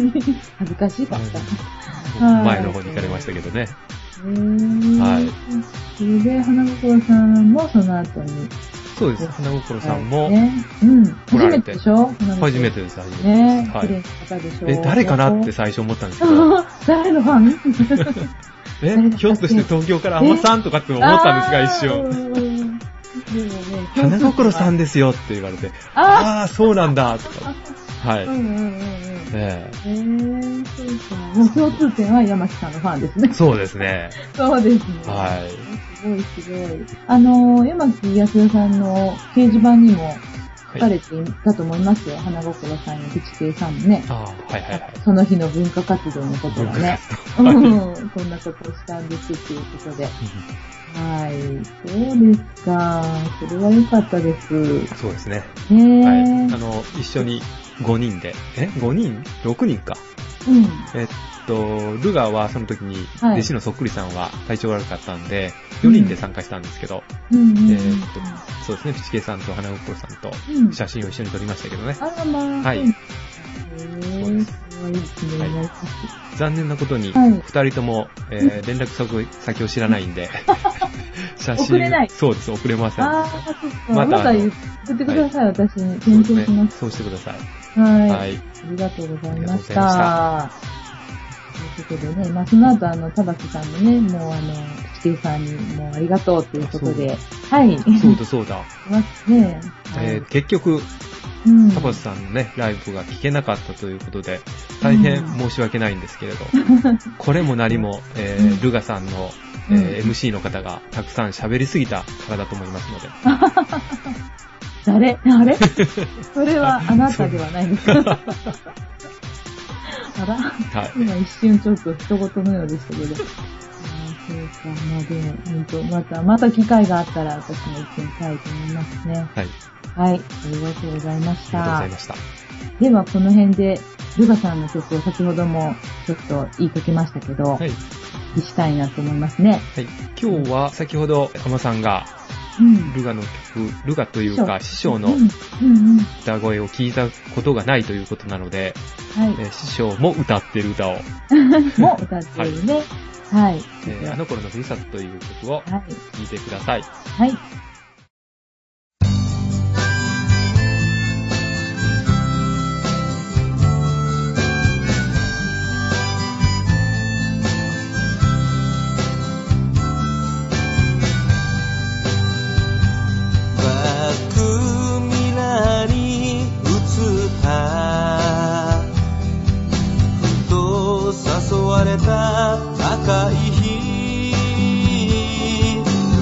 S2: 恥ずかしかった。はい
S1: 前の方に行かれましたけどね。
S2: へー
S1: はい。
S2: それで、花心さんもその後に。
S1: そうです。花心さんも、
S2: ねうん。初
S1: 来ら
S2: め
S1: れて
S2: てでしょ花心
S1: 初めてです、初めてで
S2: ね
S1: す。は。
S2: 綺麗ない方でしょ
S1: え、誰かなって最初思ったんですけ ど、
S2: あ誰の ファン誰
S1: え、
S2: だ
S1: ひょっとして東京から浜さんとかって思ったんですが、一瞬。
S2: 瞬。
S1: 花心さん
S2: で。
S1: ですよって言われて、
S2: あ
S1: ああー、そうなんだ、とか。はい
S2: ーうん。うんうんうん。
S1: え
S2: えー、そうか。もう共通点は山木さんのファンです
S1: え
S2: ね。
S1: そうですね。
S2: そうですね。。
S1: はい
S2: すごいすごい。あのー、山木康代さんの掲示板にも、書かれていたと思いますよ。花心さんや口亭さんもね。
S1: ああ、はいはいはい。
S2: その日の文化活動のことがね。 う
S1: 文化活動
S2: んこんなことをしたんですっていうことで。はい。そうですか。それは良かったです。ね
S1: そうですね。
S2: え。
S1: はい。
S2: うん
S1: あ。の、一緒に5人で、え ?5 人 ?6 人か。えっと、ルガはその時に、
S2: はい
S1: 弟子のそっくりさんは体調悪かったんで、4人で参加したんですけど、
S2: うんうんうん
S1: えーっと、そうですね、ピチケイさんと花心さんと
S2: うん
S1: 写真を一緒に撮りましたけどね。
S2: あらまあ。
S1: はい
S2: へえ。
S1: そうです
S2: すごい気になります。
S1: 残念なことに、
S2: はい
S1: 2人とも、えー連絡先先を知らないん で、写真、
S2: 送れない
S1: そうです、送れません。
S2: ああ、そっか。
S1: ま
S2: ま
S1: た
S2: だ言ってください、私に。
S1: そう
S2: 勉
S1: です
S2: 強し
S1: ね
S2: ま。す。
S1: そうしてください。
S2: はい。
S1: は
S2: あ
S1: い。
S2: りがとうございまし
S1: あ
S2: た。ということでね、まあ、その後、あの、田畑さんのね、もう、あの、口ケさんに、もう、ありがとうということで、はい。
S1: そうだそうだ。
S2: ますね。
S1: えー結局、
S2: うん
S1: タコスさんのね、ライブが聞けなかったということで、大変申し訳ないんですけれ ど、これも何も、えー
S2: うん
S1: ルガさんの、えー MC の方がたくさん喋りすぎたからだと思いますので、
S2: 誰 あれそれはあなたではないですかあら
S1: はい。
S2: 今一瞬ちょっと人事のようでしたけど。あーそうか。まあでも、ほんと、また、また機会があったら私も行ってみたいと思いますね。
S1: はい。
S2: はい。ありがとうござ
S1: ありがと
S2: いまし
S1: うご
S2: た
S1: ざい。ました。
S2: では、この辺で、ルガさんの曲を先ほどもちょっと言いかけましたけど、
S1: はい。
S2: 聞きたいなと思いますね。
S1: はい。今日は先ほど、浜さんが、
S2: うん。
S1: ルガの曲、ルガというか、師匠の
S2: うん、うん、うん。は
S1: 歌声を聞いたことがないということなので、
S2: い。
S1: えー師匠も歌ってる歌を、
S2: も歌っているね。はい。
S1: えーあの頃のふるさとという曲を
S2: はい。
S1: 聴いてください。
S2: はい。
S3: バックミラーに映ったふと誘われた赤い日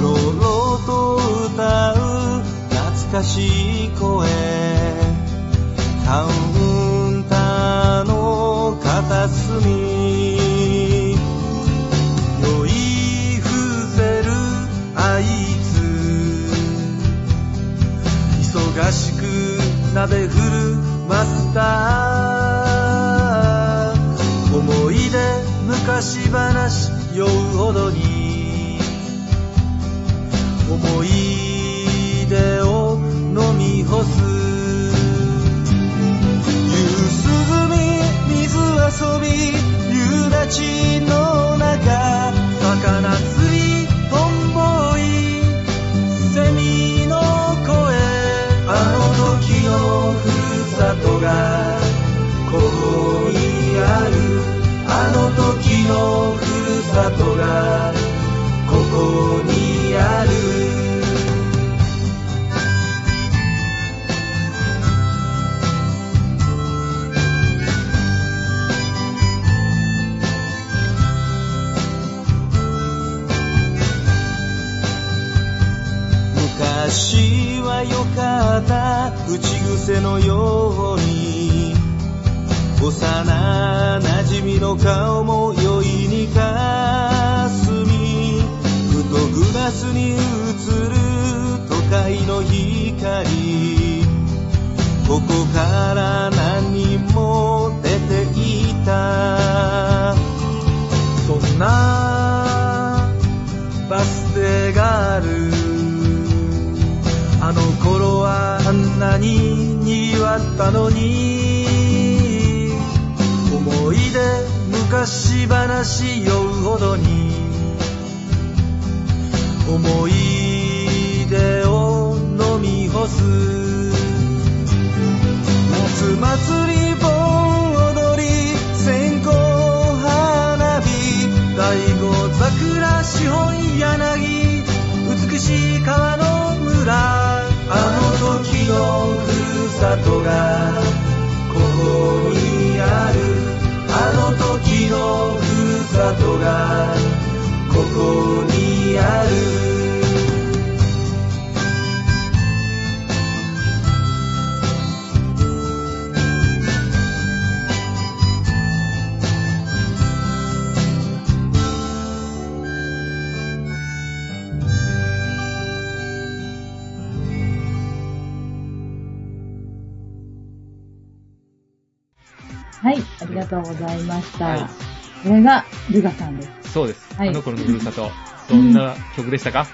S3: ロロと歌う懐かしい声カウンターの片隅酔い伏せるあいつ忙しく鍋振るマスター思い出昔話酔うほどに思い出を飲み干す夕涼み水遊び夕立ちの中魚釣りトンボイセミの声あの時のふるさとがここにあるあの時のふるさとがここにある昔は良かった口癖のように幼なじみの顔も酔いにかすみふとグラスに映る都会の光ここから何人も出ていたそんなバス停があるあの頃はあんなに賑わったのに思い出昔話酔うほどに思い出を飲み干す夏祭り盆踊り線香花火大五桜四本柳美しい川の村あの時のふるさとがここにあるあの時のふるさとがここにある
S2: はい、ありがとうございました。
S1: はい
S2: これが、ルガさんです。
S1: そうです。
S2: はい
S1: あの頃のふるさと。どんな曲でしたか、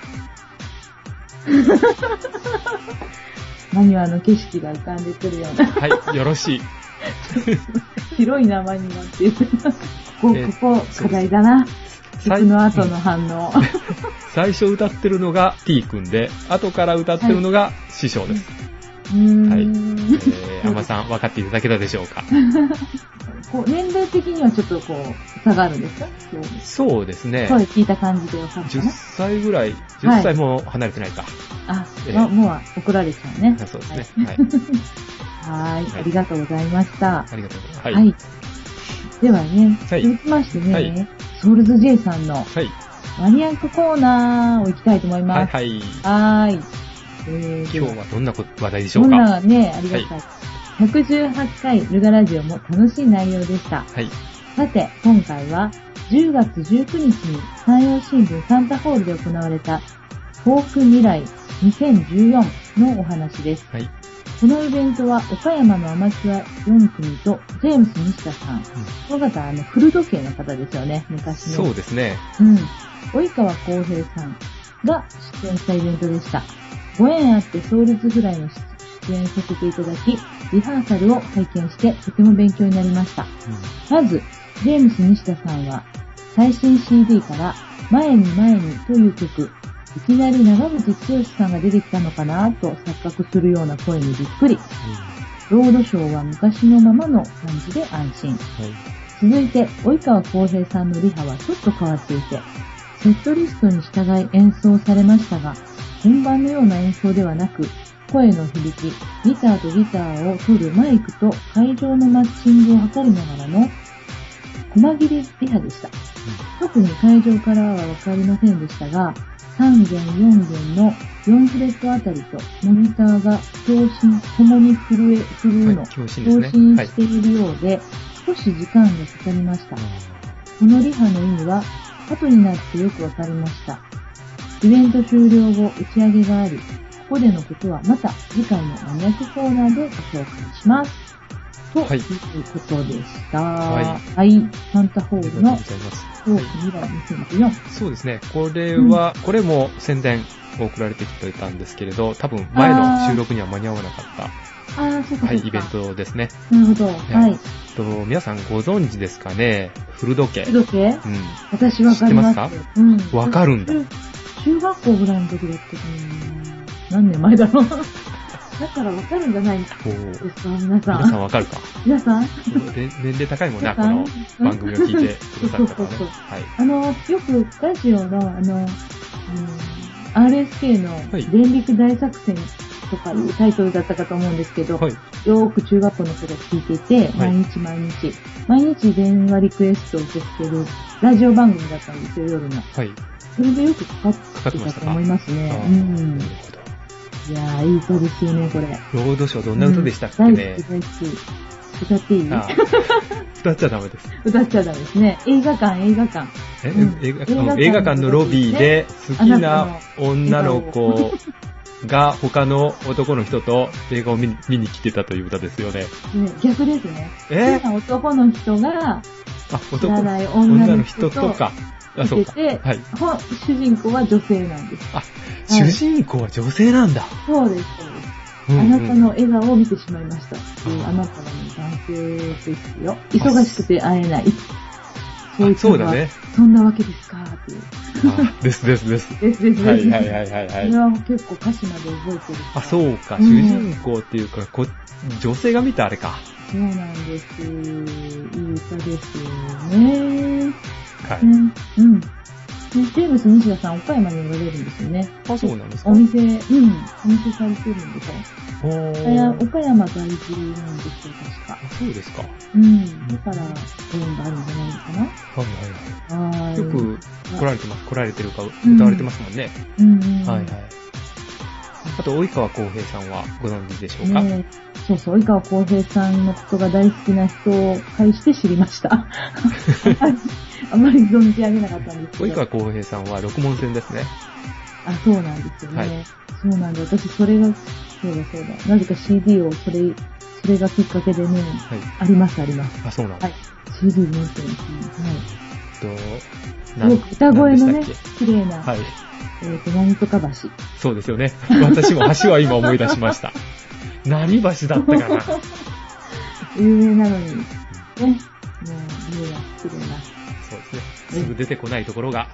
S2: マニュアの景色が浮かんでくるような、
S1: はい、よろしい。
S2: 広いな、マニュアって いう。ここ、
S1: え
S2: ここ、課題だな。
S1: 最
S2: 曲の後の反応。
S1: 最初歌ってるのが T 君で、後から歌ってるのが師匠です。
S2: うーん、
S1: はいえ
S2: い
S1: ー、アンマさん、分かっていただけたでしょうか
S2: こう。年齢的にはちょっとこう、差があるんですかそうです
S1: そうですね。
S2: 声聞いた感じでわかるか
S1: 10
S2: な
S1: 歳ぐらい、
S2: はい
S1: 10歳も離れてないか。
S2: あ、
S1: ええ
S2: まもう怒られちゃうね。
S1: あそうですね。
S2: は
S1: は
S2: い
S1: い。
S2: はー。
S1: はいい
S2: ありがとうございました。
S1: ありがとうございます。は。
S2: はいい。
S1: はい。
S2: ではね、
S1: はい
S2: 続きましてね、
S1: はい
S2: ソウルズ J さんの
S1: はい。
S2: マニアックコーナーを行きたいと思い
S1: はい。
S2: ます。
S1: はい
S2: はーい。えー、
S1: 今日はどんなこと話題でしょう
S2: ど
S1: んか
S2: な
S1: は
S2: がね、ありがたい。118回ルガラジオも楽しい内容でした。
S1: い。
S2: さて、今回は10月19日に山陽新聞サンタホールで行われたフォーク未来2014のお話です。
S1: はい。うん
S2: このイベントは岡山のアマチュア4組とジェームス西田さん。この方、あの、古時計の方ですよね、昔の。
S1: そうですね。
S2: うん。及川光平さんが出演したイベントでした。ご縁あってソウルズぐらいの出出演させていただき、リハーサルを拝見してとても勉強になりました。まず、ジェームス西田さんは、最新 CD から、前に前にという曲、いきなり長渕剛さんが出てきたのかなと錯覚するような声にびっくり。
S1: うん
S2: ロードショーは昔のままの感じで安心。
S1: うんはい。
S2: 続いて、及川光平さんのリハはちょっと変わっていて、セットリストに従い演奏されましたが、本番のような演奏ではなく、声の響き、ギターとギターを取るマイクと会場のマッチングを図りながらの、細切りリハでした。特に会場からはわかりませんでしたが、3弦4弦の4フレットあたりと、モニターが共振、共に震え、震うの、
S1: はい共振です
S2: 共
S1: ね
S2: 振しているようで、少し時間がかかりました。このリハの意味は、後になってよくわかりました。イベント終了後、打ち上げがあり、ここでのことはまた次回のマニアックコーナーでご紹介します。と、
S1: はい
S2: い、うことでした。
S1: は
S2: はい。サンタホ
S1: ありがとうご
S2: ールの
S1: ざいます。
S2: トーク未来2014。
S1: そうですね。これは、これも宣伝を送られてきてたんですけれど、多分前の収録には間に合わなかっ
S2: ああ、そう
S1: た、
S2: か。
S1: はい、
S2: そうか
S1: イベン。トですね。
S2: なるほど。はい。
S1: えっと、皆さんご存知ですかね古時計。
S2: 腕時計
S1: う
S2: 私わかります。
S1: 知って
S2: うん。
S1: ん。わかるんだ。
S2: 中中学校ぐらいの時だったかな。何年前だろう。だからわかるんじゃないです
S1: おー
S2: か、皆さ
S1: 皆さん
S2: ん。
S1: わかるか
S2: 皆さん、
S1: で年齢高いもんな、こ
S2: 皆さん
S1: の番組を聞いてくださる方はね
S2: そうそうそう。
S1: はい。
S2: あの、よくラジオの、あの、うん RSK の
S1: い
S2: 電力大作戦とかいうタイトルだったかと思うんですけど、
S1: はい。
S2: よーく中学校の頃聞いていて、
S1: はい
S2: 毎日毎日、毎日電話リクエストを受け付けるラジオ番組だったんですよ、夜の。
S1: はい。
S2: それでよくかかっ
S1: かかって
S2: て
S1: ま
S2: た
S1: した
S2: と
S1: か
S2: 思いますね。
S1: あ
S2: う
S1: ー
S2: ん。
S1: なるほど。
S2: いやー、いい歌ですよね、これ。
S1: ロードショーどんな歌でしたっけ
S2: うん
S1: ね
S2: 大好き、。大好き。歌っていい
S1: あー 歌っちゃダメです。
S2: 歌っちゃダメですね。映画館、映画館。
S1: え
S2: うん
S1: 映画
S2: 映画館
S1: うん映画館のロビーで好きな女の子が他の男の人と映画を見に見に来てたという歌ですよね。
S2: ね逆ですね。
S1: え
S2: 好きな男の人が、
S1: あ、
S2: 知
S1: 男
S2: ら
S1: 女
S2: ない女の
S1: の
S2: 人
S1: 人
S2: と
S1: とか。あ、そうか。
S2: 見てて
S1: はい。
S2: ほ主人公は女性なんです。
S1: あ、主人公は女性なんだ。
S2: そうです、そうです。
S1: うんうん
S2: あなたの笑顔を見てしまいました。
S1: うん
S2: あなたはね男性ですよ。忙しくて会えない。い
S1: そうだね。
S2: そんなわけですかっていう。
S1: あですですです。
S2: ですですです。
S1: はいはいはいはいは
S2: それ
S1: い。
S2: は結構歌詞まで覚えてる。
S1: あ、そうか。
S2: うん
S1: 主人公っていうか、こ女性が見たあれか。
S2: そうなんです。いい歌ですよね。ね
S1: はい。
S2: うん。ねジェームス西田さん、岡山におられるんですよね。
S1: あ、そうなんですか。
S2: お店、うん、お店されてるんですよ。
S1: お
S2: 岡山
S1: ー
S2: 岡山在住なんですよ、確か。
S1: あそうですか。はい
S2: うん。だから、ご縁があるんじゃないのか
S1: はい
S2: な。
S1: はい。
S2: はい
S1: よく来られてます。来られてるか、歌われてますもんね。
S2: うんうん、
S1: はいはい。あと、及川浩平さんはご存知でしょうか、
S2: ねえそうそう、及川浩平さんのことが大好きな人を介して知りました。あんまり存じ上げなかったんですけ
S1: 及
S2: ど。
S1: 川浩平さんは六門線ですね。
S2: あ、そうなんですよね。
S1: はい
S2: そうなんだ。私、それが、そうだそうだ。なぜか CD をそれ、それがきっかけでね、
S1: はい。
S2: ありますあります。
S1: あ、そうなんだ。
S2: はい。CD 持ってますね。
S1: えっと、
S2: はい。すごく歌声のね
S1: 何でしたっ、
S2: 綺麗な、
S1: けはい。
S2: えっ、と、なんとか橋。
S1: そうですよね。 私も橋は今思い出しま した。何橋だったかなそ
S2: 有名なのに、ね、もう、家が綺麗な。
S1: うですね。すぐ出てこないところが、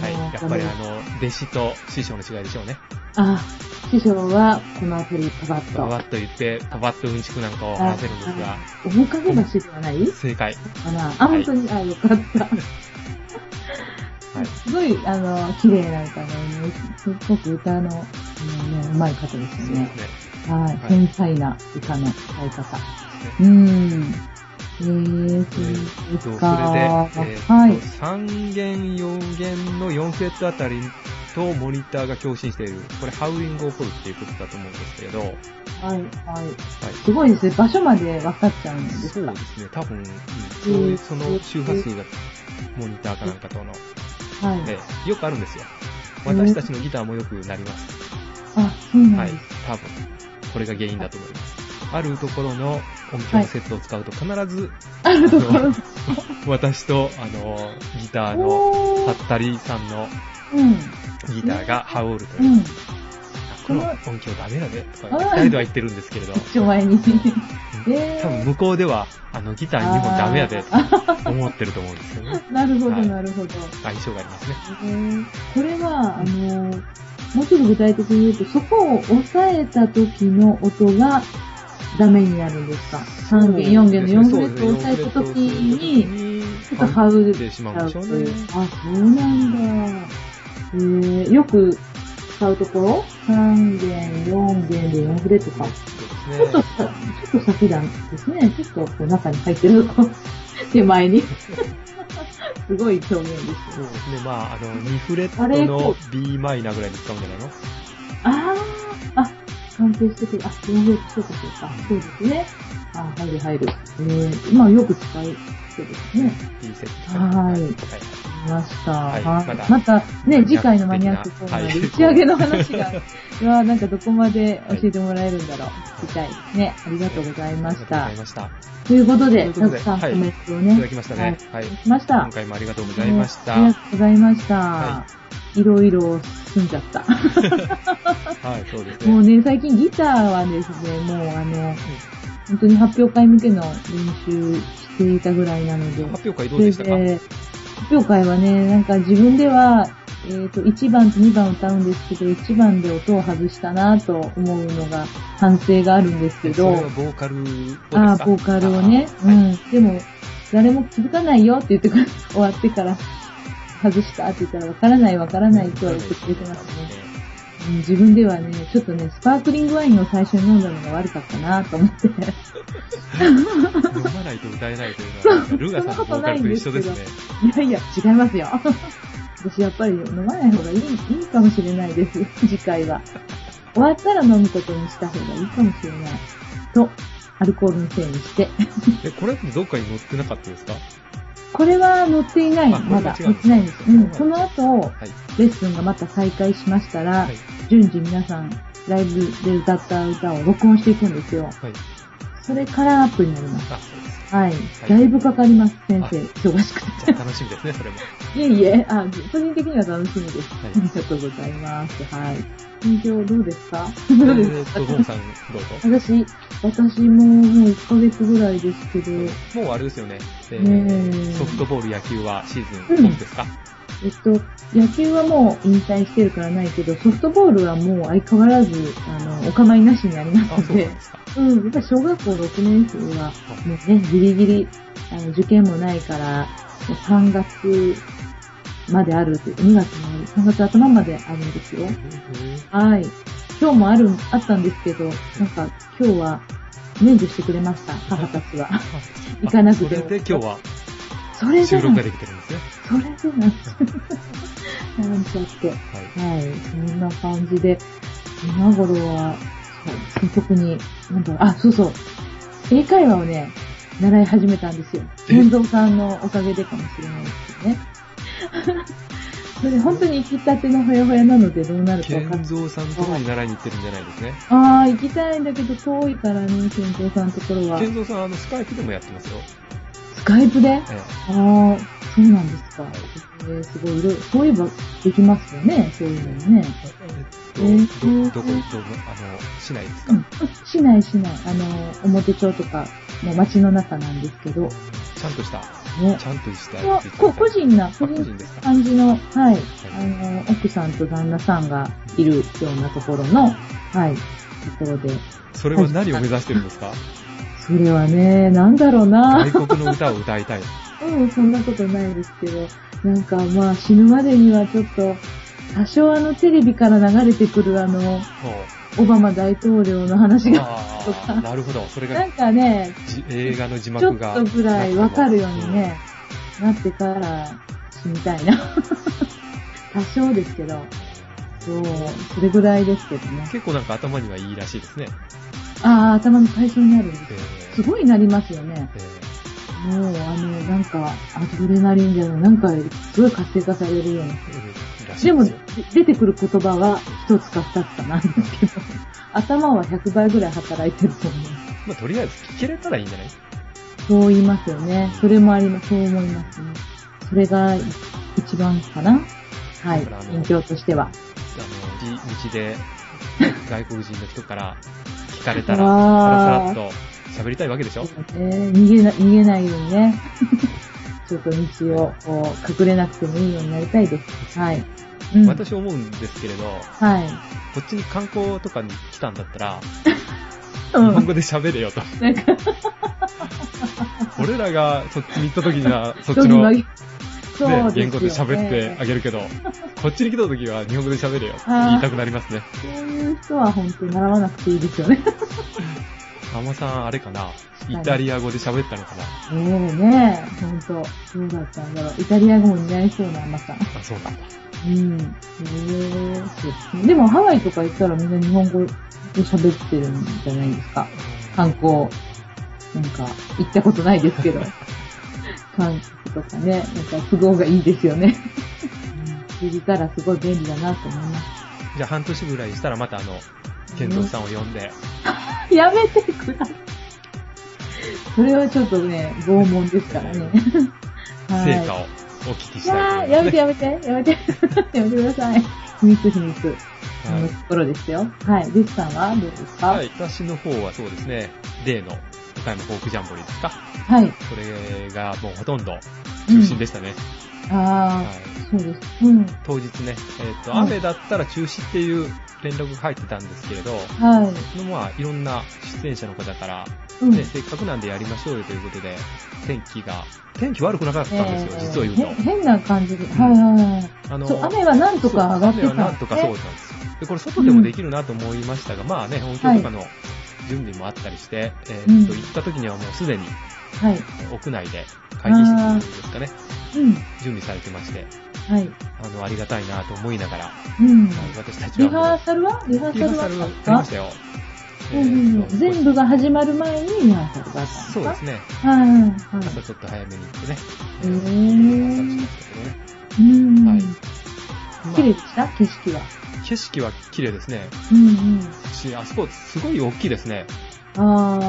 S1: はい。やっぱりあの、弟子と師匠の違いでしょうね。
S2: あ、師匠はこのアプリパパッと。
S1: パパッと言って、パパッとうんちくなんかを話せるんですが、
S2: はい。面影橋ではない
S1: 正解。
S2: かなあ、
S1: はい
S2: 本当に、あ、よかった。
S1: はい。
S2: すごい、あの、綺麗な歌の、すっごく歌の、あのね、うまい方ですよ
S1: そうです
S2: ね
S1: ね。。
S2: はい。
S1: はい
S2: 繊細な歌の歌い方。うーん。えー、
S1: え
S2: そう
S1: ー
S2: で
S1: っとそ
S2: す
S1: れ
S2: か。
S1: で、えーっと
S2: はい。
S1: 3弦、4弦の4セットあたりとモニターが共振している。これハウリングを起こるっていうことだと思うんですけど、はい。
S2: はい、はい。すごいですね。場所まで分かっちゃうんです
S1: そう
S2: か
S1: で。すね、多分、うんそういう、その周波数がモニターかなんかとの、
S2: はい。
S1: えーよくあるんですよ。
S2: うん
S1: 私たちのギターもよくなります。
S2: あ、そうな
S1: は
S2: ん
S1: い
S2: です。、
S1: 多分、これが原因だと思います。あるところの音響のセットを使うと必ず、
S2: あるところ
S1: あの。私と、あの、ギターの、
S2: お
S1: ハ
S2: ー
S1: ッタリさんの
S2: うん。
S1: ギターが羽織ると
S2: う
S1: いう、
S2: ん。
S1: この音響ダメだね、とか、
S2: うん
S1: 二人では言ってるんですけれど、
S2: 一丁前に。えー
S1: 多分向こうでは、あの、ギター2本ダメやで、とか思ってると思うんですよね。
S2: なるほど、
S1: はい
S2: なるほど。
S1: 相性がありますね。
S2: えーこれは、あの、もうちょっと具体的に言うと、そこを押さえた時の音がダメになるんですか ?3 弦、4弦の4フレットを押さえた時に、ちょっとハウ
S1: っ
S2: ル
S1: てしまうんでしょうね。
S2: あ、そうなんだ。えー、よく使うところ ?3 弦、4弦で4フレットか。ち
S1: そ
S2: ょ
S1: うです
S2: っと
S1: ね。
S2: さ、ちょっと先なんですね。ちょっとこう中に入ってる、こう手前に。 すごい表現ですよ。
S1: そうですね。まあ、あの、2フレット
S2: あれ
S1: の b マイナーぐらいに使うんじゃないの
S2: ああ、あ、完成してくる。あ、4フレットとかそうか。そうですね。あ、入る入る。えー、まあよく使う人ですね。
S1: ?B セット。
S2: はい
S1: はい
S2: 見ました。
S1: はい
S2: はい
S1: まだ
S2: また、ね、次回のマニアックコーナーで
S1: はい
S2: 打ち上げの 話が、いやーなんかどこまで教えてもらえるんだろう。聞きたいですね。ありがとうございまし
S1: あり。がと
S2: た
S1: うございました。
S2: ということ
S1: とい
S2: で、
S1: うこ
S2: た
S1: と
S2: く
S1: で
S2: さんコ
S1: はい
S2: メントを
S1: い
S2: ね。
S1: ただきましたね。はい。
S2: しました。
S1: 今回もありがとうございまし
S2: あり
S1: た
S2: が。とうございました。、
S1: はい
S2: ろいろ済んじゃった。
S1: はい、そうです
S2: もう
S1: ね。
S2: ね、最近ギターはですね、もうあの、本当に発表会向けの練習していたぐらいなので。
S1: 発表会どうでしたか
S2: それで発表会はね、なんか自分では、えっ、と、1番と2番歌うんですけど、1番で音を外したなと思うのが反省があるんですけ
S1: それ
S2: ど
S1: は、ボーカルをですか
S2: ああ、ボーカルをね、
S1: あーはい
S2: うん。でも、誰も気づかないよって言ってから、終わってから、外したって言ったら、わからないわからないとは言ってくれてますね。うん自分ではね、ちょっとね、スパークリングワインを最初に飲んだのが悪かったなと思って。
S1: 飲まないと歌えないというのは、ルガさんのボーカルと一緒ですね。
S2: いやいや、違いますよ。 私やっぱり飲まない方がいい、いいかもしれないです。 次回は。終わったら飲むことにした方がいいかもしれない。と、アルコールのせいにして。
S1: え、これってどっかに載ってなかったですか
S2: これは乗っていない、
S1: あこれ
S2: まだ。
S1: 違う
S2: 乗
S1: ん
S2: っ
S1: です
S2: てないんです。うん。この後、
S1: はい。
S2: レッスンがまた再開しましたら、
S1: はい。
S2: 順次皆さん、ライブで歌った歌を録音していくんですよ。
S1: はい。
S2: それからアップになります。
S1: あ、そうです。
S2: はい。だいぶかかります、先生。忙しく
S1: じゃあ楽しみですね、それも。
S2: て。いえいえ、あ、個人的には楽しみです。
S1: はい
S2: ありがとうございます。はい。近況どうですか
S1: え
S2: どうです
S1: ーっと、ゴンさん、どうぞ。
S2: 私、私ももう1ヶ月ぐらいですけど、
S1: もうあれですよね、え
S2: ねえ
S1: ー、ソフトボール野球はシーズンオフですか、
S2: えっと、野球はもう引退してるからないけど、ソフトボールはもう相変わらず、あの、お構いなしにあります
S1: あ、そう
S2: の
S1: な
S2: で
S1: ん、ですか。
S2: うん、やっぱり小学校6年生は、もうね、ギリギリ、あの、受験もないから、もう3月まであるって、2月の、3月頭まであるんですよ。はい。今日もある、あったんですけど、なんか今日は免除してくれました、母た ちは。行かなくても
S1: あそれで今日は
S2: それで
S1: 収録
S2: な
S1: が
S2: ん、
S1: できてるんですね。
S2: それでなんです。なんちゃって。
S1: はい。
S2: はい、そんな感じで、今頃は、そう特に、なんだろう、あ、そうそう、英会話をね、習い始めたんですよ。
S1: え
S2: 遠藤さんのおかげでかもしれないですけどね。 それ本当に行きたてのほやほやなのでどうなるかわかんな
S1: 健三
S2: い。
S1: さんとこに習いに行ってるんじゃないですね。
S2: ああ、行きたいんだけど遠いからね、健康さんのところは。
S1: 健三さん、あの、スカイプでもやってますよ。
S2: スカイプであ
S1: え
S2: あ、そうなんですか。えーすごい、いろいろそういえばできますよね、そういうのにね。
S1: え
S2: え
S1: えっと、
S2: ー
S1: ど、どこ、どこ、あの、市内です
S2: う
S1: か、
S2: ん、市内市内、あの、表町とか、もう街の中なんですけど、ね。
S1: ちゃんとした、ちゃんとした
S2: こ
S1: やつ
S2: こ個人な、個
S1: 個人
S2: 人
S1: ですか
S2: 感じの、はい、あの、奥さんと旦那さんがいるようなところの、はい、ところで、
S1: それは何を目指してるんですか
S2: それはね、なんだろうな。
S1: 外国の歌を歌いたい。
S2: うん、そんなことないですけど、なんかまあ死ぬまでにはちょっと、多少あのテレビから流れてくるあの、
S1: そう。
S2: オバマ大統領の話が、
S1: ああ、なるほど。それ
S2: な
S1: が
S2: んかね、
S1: じ映画の字
S2: ちょ
S1: 幕
S2: っ
S1: が。
S2: とぐらいわかるようにね、なってから死にたいな。 多少ですけど、そう、それぐらいですけど
S1: うん。
S2: ね。
S1: 結構なんか頭にはいいらしいですね。
S2: ああ、頭の対象にあるんです
S1: え
S2: よ。
S1: ー
S2: すごいなりますよね。
S1: え
S2: もう、あの、なんか、アドレナリンじゃない、なんか、すごい活性化されるよう
S1: ーう
S2: な
S1: んらしい
S2: でも、
S1: す
S2: で
S1: よ
S2: 出てくる言葉は一つか二つかなんだけど、頭は100倍ぐらい働いてると思う。
S1: まあ、とりあえず聞けれたらいいんじゃない
S2: そう言いますよね。それもあります。そう思いますね。それが一番かなはい
S1: だからあ。の
S2: 勉強としては。
S1: あの、じ道で、外国人の人から聞かれたら、さらさら
S2: あー
S1: っと喋りたいわけでしょ
S2: えー逃げな、逃げないようにね。 ちょっと道をこう隠れなくてもいいようになりたいです。はい。うん、はい。
S1: 私思うんですけれど、こっちに観光とかに来たんだったら、
S2: う
S1: 日本
S2: ん。
S1: 語で喋れよ と。
S2: なんか、
S1: 俺らがそっちに行った時に は、そっ
S2: ど
S1: ち
S2: ぎ
S1: の、
S2: まぎ
S1: ね、。
S2: そうで
S1: 言
S2: す
S1: 語
S2: よ
S1: で
S2: ね。
S1: 喋ってあげ るけど、こっちに来た時は日本語で喋れよって言いたくなりますね。
S2: そういう人は本当に習わなくていいですよね。
S1: ママさん、あれかな
S2: に
S1: イタリア語で喋ったのかな
S2: ねえねえ、ほんと。どうだったんだろう。イタリア語も似合いそうな甘さ。
S1: あ、そうなんだ。
S2: うん。へえそうですね。でもハワイとか行ったらみんな日本語で喋ってるんじゃないですか。観光。なんか、行ったことないで すけど。韓国とかね、なんか都合がいいですよね。うん通じたらすごい便利だなと思います。
S1: じゃあ半年ぐらいしたらまたあの、健三さんを呼んで、
S2: やめてください。それはちょっとね、拷問ですからね。はい
S1: 成果をお聞きし
S2: いや
S1: たいと思います、
S2: ー、
S1: ね。
S2: やめてやめて、やめて、やめてください。秘密秘密。そ
S1: はい
S2: のところですよ。はい。デスさんはどうですか
S1: はい、私の方はそうですね、例の岡山フォークジャンボリーですか。
S2: はい。
S1: それがもうほとんど中心でしたね。
S2: あ
S1: はい
S2: ー、そうです。うん。
S1: 当日ね、えっ、と、
S2: はい
S1: 雨だったら中止っていう連絡が入ってたんですけれど、
S2: はい。
S1: まあ、いろんな出演者の方から、
S2: うん。
S1: ね、せっかくなんでやりましょうよということで、天気が、天気悪くなかったんですよ、
S2: えー
S1: 実を言
S2: へ
S1: う
S2: 変な感じで。はいはいはい。
S1: と。あ
S2: そう、雨はなんとか上がってた
S1: そう雨はなんとかそう
S2: ね
S1: なんですよ。で、これ外でもできるなと思いましたが、まあね、本当とかの準備もあったりして、えーっと、
S2: うん
S1: 行った時にはもうすでに
S2: はい。
S1: 屋内で会議室ですかね、
S2: うん。
S1: 準備されてまして、
S2: はい。
S1: あの、ありがたいなと思いながら、
S2: うん。
S1: はい私たち
S2: リ
S1: はも
S2: ハーサルはリハ
S1: う、
S2: ー
S1: リハー
S2: サ
S1: サ
S2: ル
S1: ルや
S2: はあっ
S1: り
S2: たん
S1: ま
S2: で
S1: し
S2: すか
S1: たよ。
S2: うんうん
S1: え
S2: う
S1: ー
S2: ん
S1: っと
S2: 全部が始まる前にリハーサルがあったんですか
S1: そうですね。
S2: はいはいはい。
S1: 朝ちょっと早めに行ってね。
S2: へー
S1: リハーサルしましたけどね。
S2: うん。
S1: はいまあ
S2: 綺麗でした景色は。
S1: 景色は綺麗ですね。
S2: うんうん。
S1: し、あそこすごい大きいですね。
S2: あ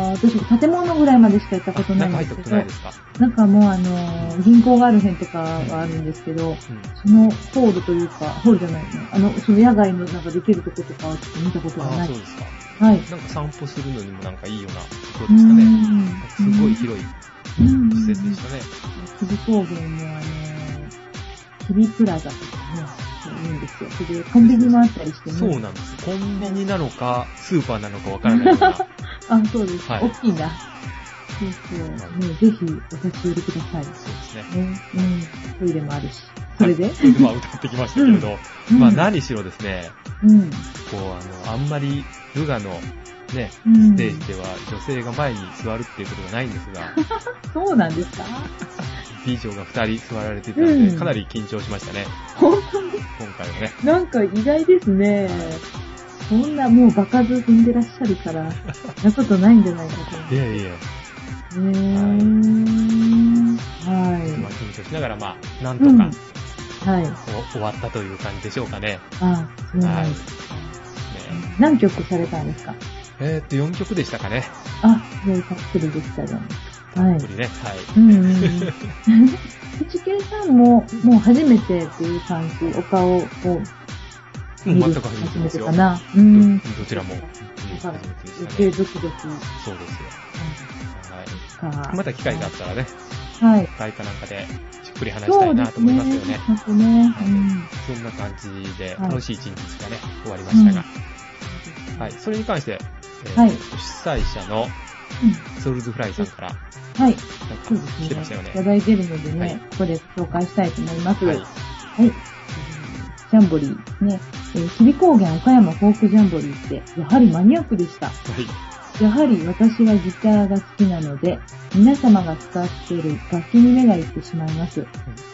S2: あ、私も建物ぐらいまでしか行ったことな
S1: 中
S2: いん
S1: 入
S2: で
S1: った
S2: す
S1: こと
S2: けど、
S1: ないですか
S2: なんかもうあのー、銀行がある辺とかはあるんですけど、
S1: うん。
S2: そのホールというか、ホールじゃないね。あの、その野外のなんかできるとことかはちょっと見たことが
S1: あ
S2: な
S1: あ、
S2: い
S1: そう。ですか。
S2: は
S1: な
S2: い。
S1: んか散歩するのにもなんかいいようなところ
S2: う
S1: でしたね。
S2: ん
S1: すごい広い
S2: うん
S1: 施設でしたね。
S2: うん首高原もあのー、キビプラザとかね、いいんですよ。それでコンビニもあったりしてね。
S1: そうなんです。コンビニなのか、スーパーなのかわからないよう な。
S2: あ、そうです。
S1: はい
S2: 大きいな。そうそう。ね、ぜひお立ち寄りください。
S1: そうですね。
S2: ね、うん、トイレもあるし。それで、
S1: それでまあ歌ってきましたけれど、
S2: うん
S1: まあ何しろですね、
S2: うん。
S1: こうあの、あんまりルガのね、
S2: うん
S1: ステージでは女性が前に座るっていうことがないんです が、
S2: そうなんですか
S1: 美女が2人座られていた
S2: う
S1: ので、
S2: ん
S1: かなり緊張しましたね。
S2: 本当に
S1: 今回はね。
S2: なんか意外ですね。そんなもう場数踏んでらっしゃるから、そんなことないんじゃないかと思
S1: い
S2: って。へ
S1: やいや、
S2: ー。
S1: まあ
S2: は
S1: 緊張しながら、まあ、なん
S2: い。う
S1: と
S2: ん。
S1: か
S2: はい。
S1: お終わったという感じでしょうかね。
S2: ああ、そうなんです。
S1: ね
S2: 何曲されたんですか
S1: えーっと、4曲でしたかね。
S2: あ、そういうカップルでしたね。はい。
S1: これね、はい。
S2: うんうん うん。口系さんも、もう初めてっていう感じ、お顔を
S1: うん、
S2: 見
S1: 全
S2: る
S1: く初めて
S2: 初
S1: で
S2: め
S1: す
S2: て
S1: よ。
S2: かな。うん。
S1: どどちらも、うん、
S2: だか
S1: 初
S2: ら
S1: めてで
S2: 余
S1: した
S2: 計
S1: ね。
S2: ドキドキなんで
S1: そうですよ。はい。
S2: すか。
S1: また機会があったらね、
S2: はい。
S1: 機会かなんかでじっくり話した
S2: そ
S1: いう
S2: で
S1: な
S2: す
S1: と思います
S2: ね
S1: よね。。
S2: 本当ね。うん。
S1: そんな感じで、
S2: はい
S1: 楽しい一日がね、終わりましたが。はい。それに関して、えー
S2: はい
S1: 主催者の
S2: うん
S1: ソウルズフライさんから、なん
S2: はい。そう
S1: か来て
S2: で
S1: まし
S2: す
S1: たよ
S2: ね。
S1: ね
S2: い。ただいてるので
S1: はい
S2: ね、ここで紹介したいと思います。
S1: は
S2: はいい。ジャンボリーね、えー日比高原岡山フォークジャンボリーって、やはりマニアックでした。
S1: はい。
S2: やはり私はギターが好きなので、皆様が使っている楽器に目が行ってしまいます。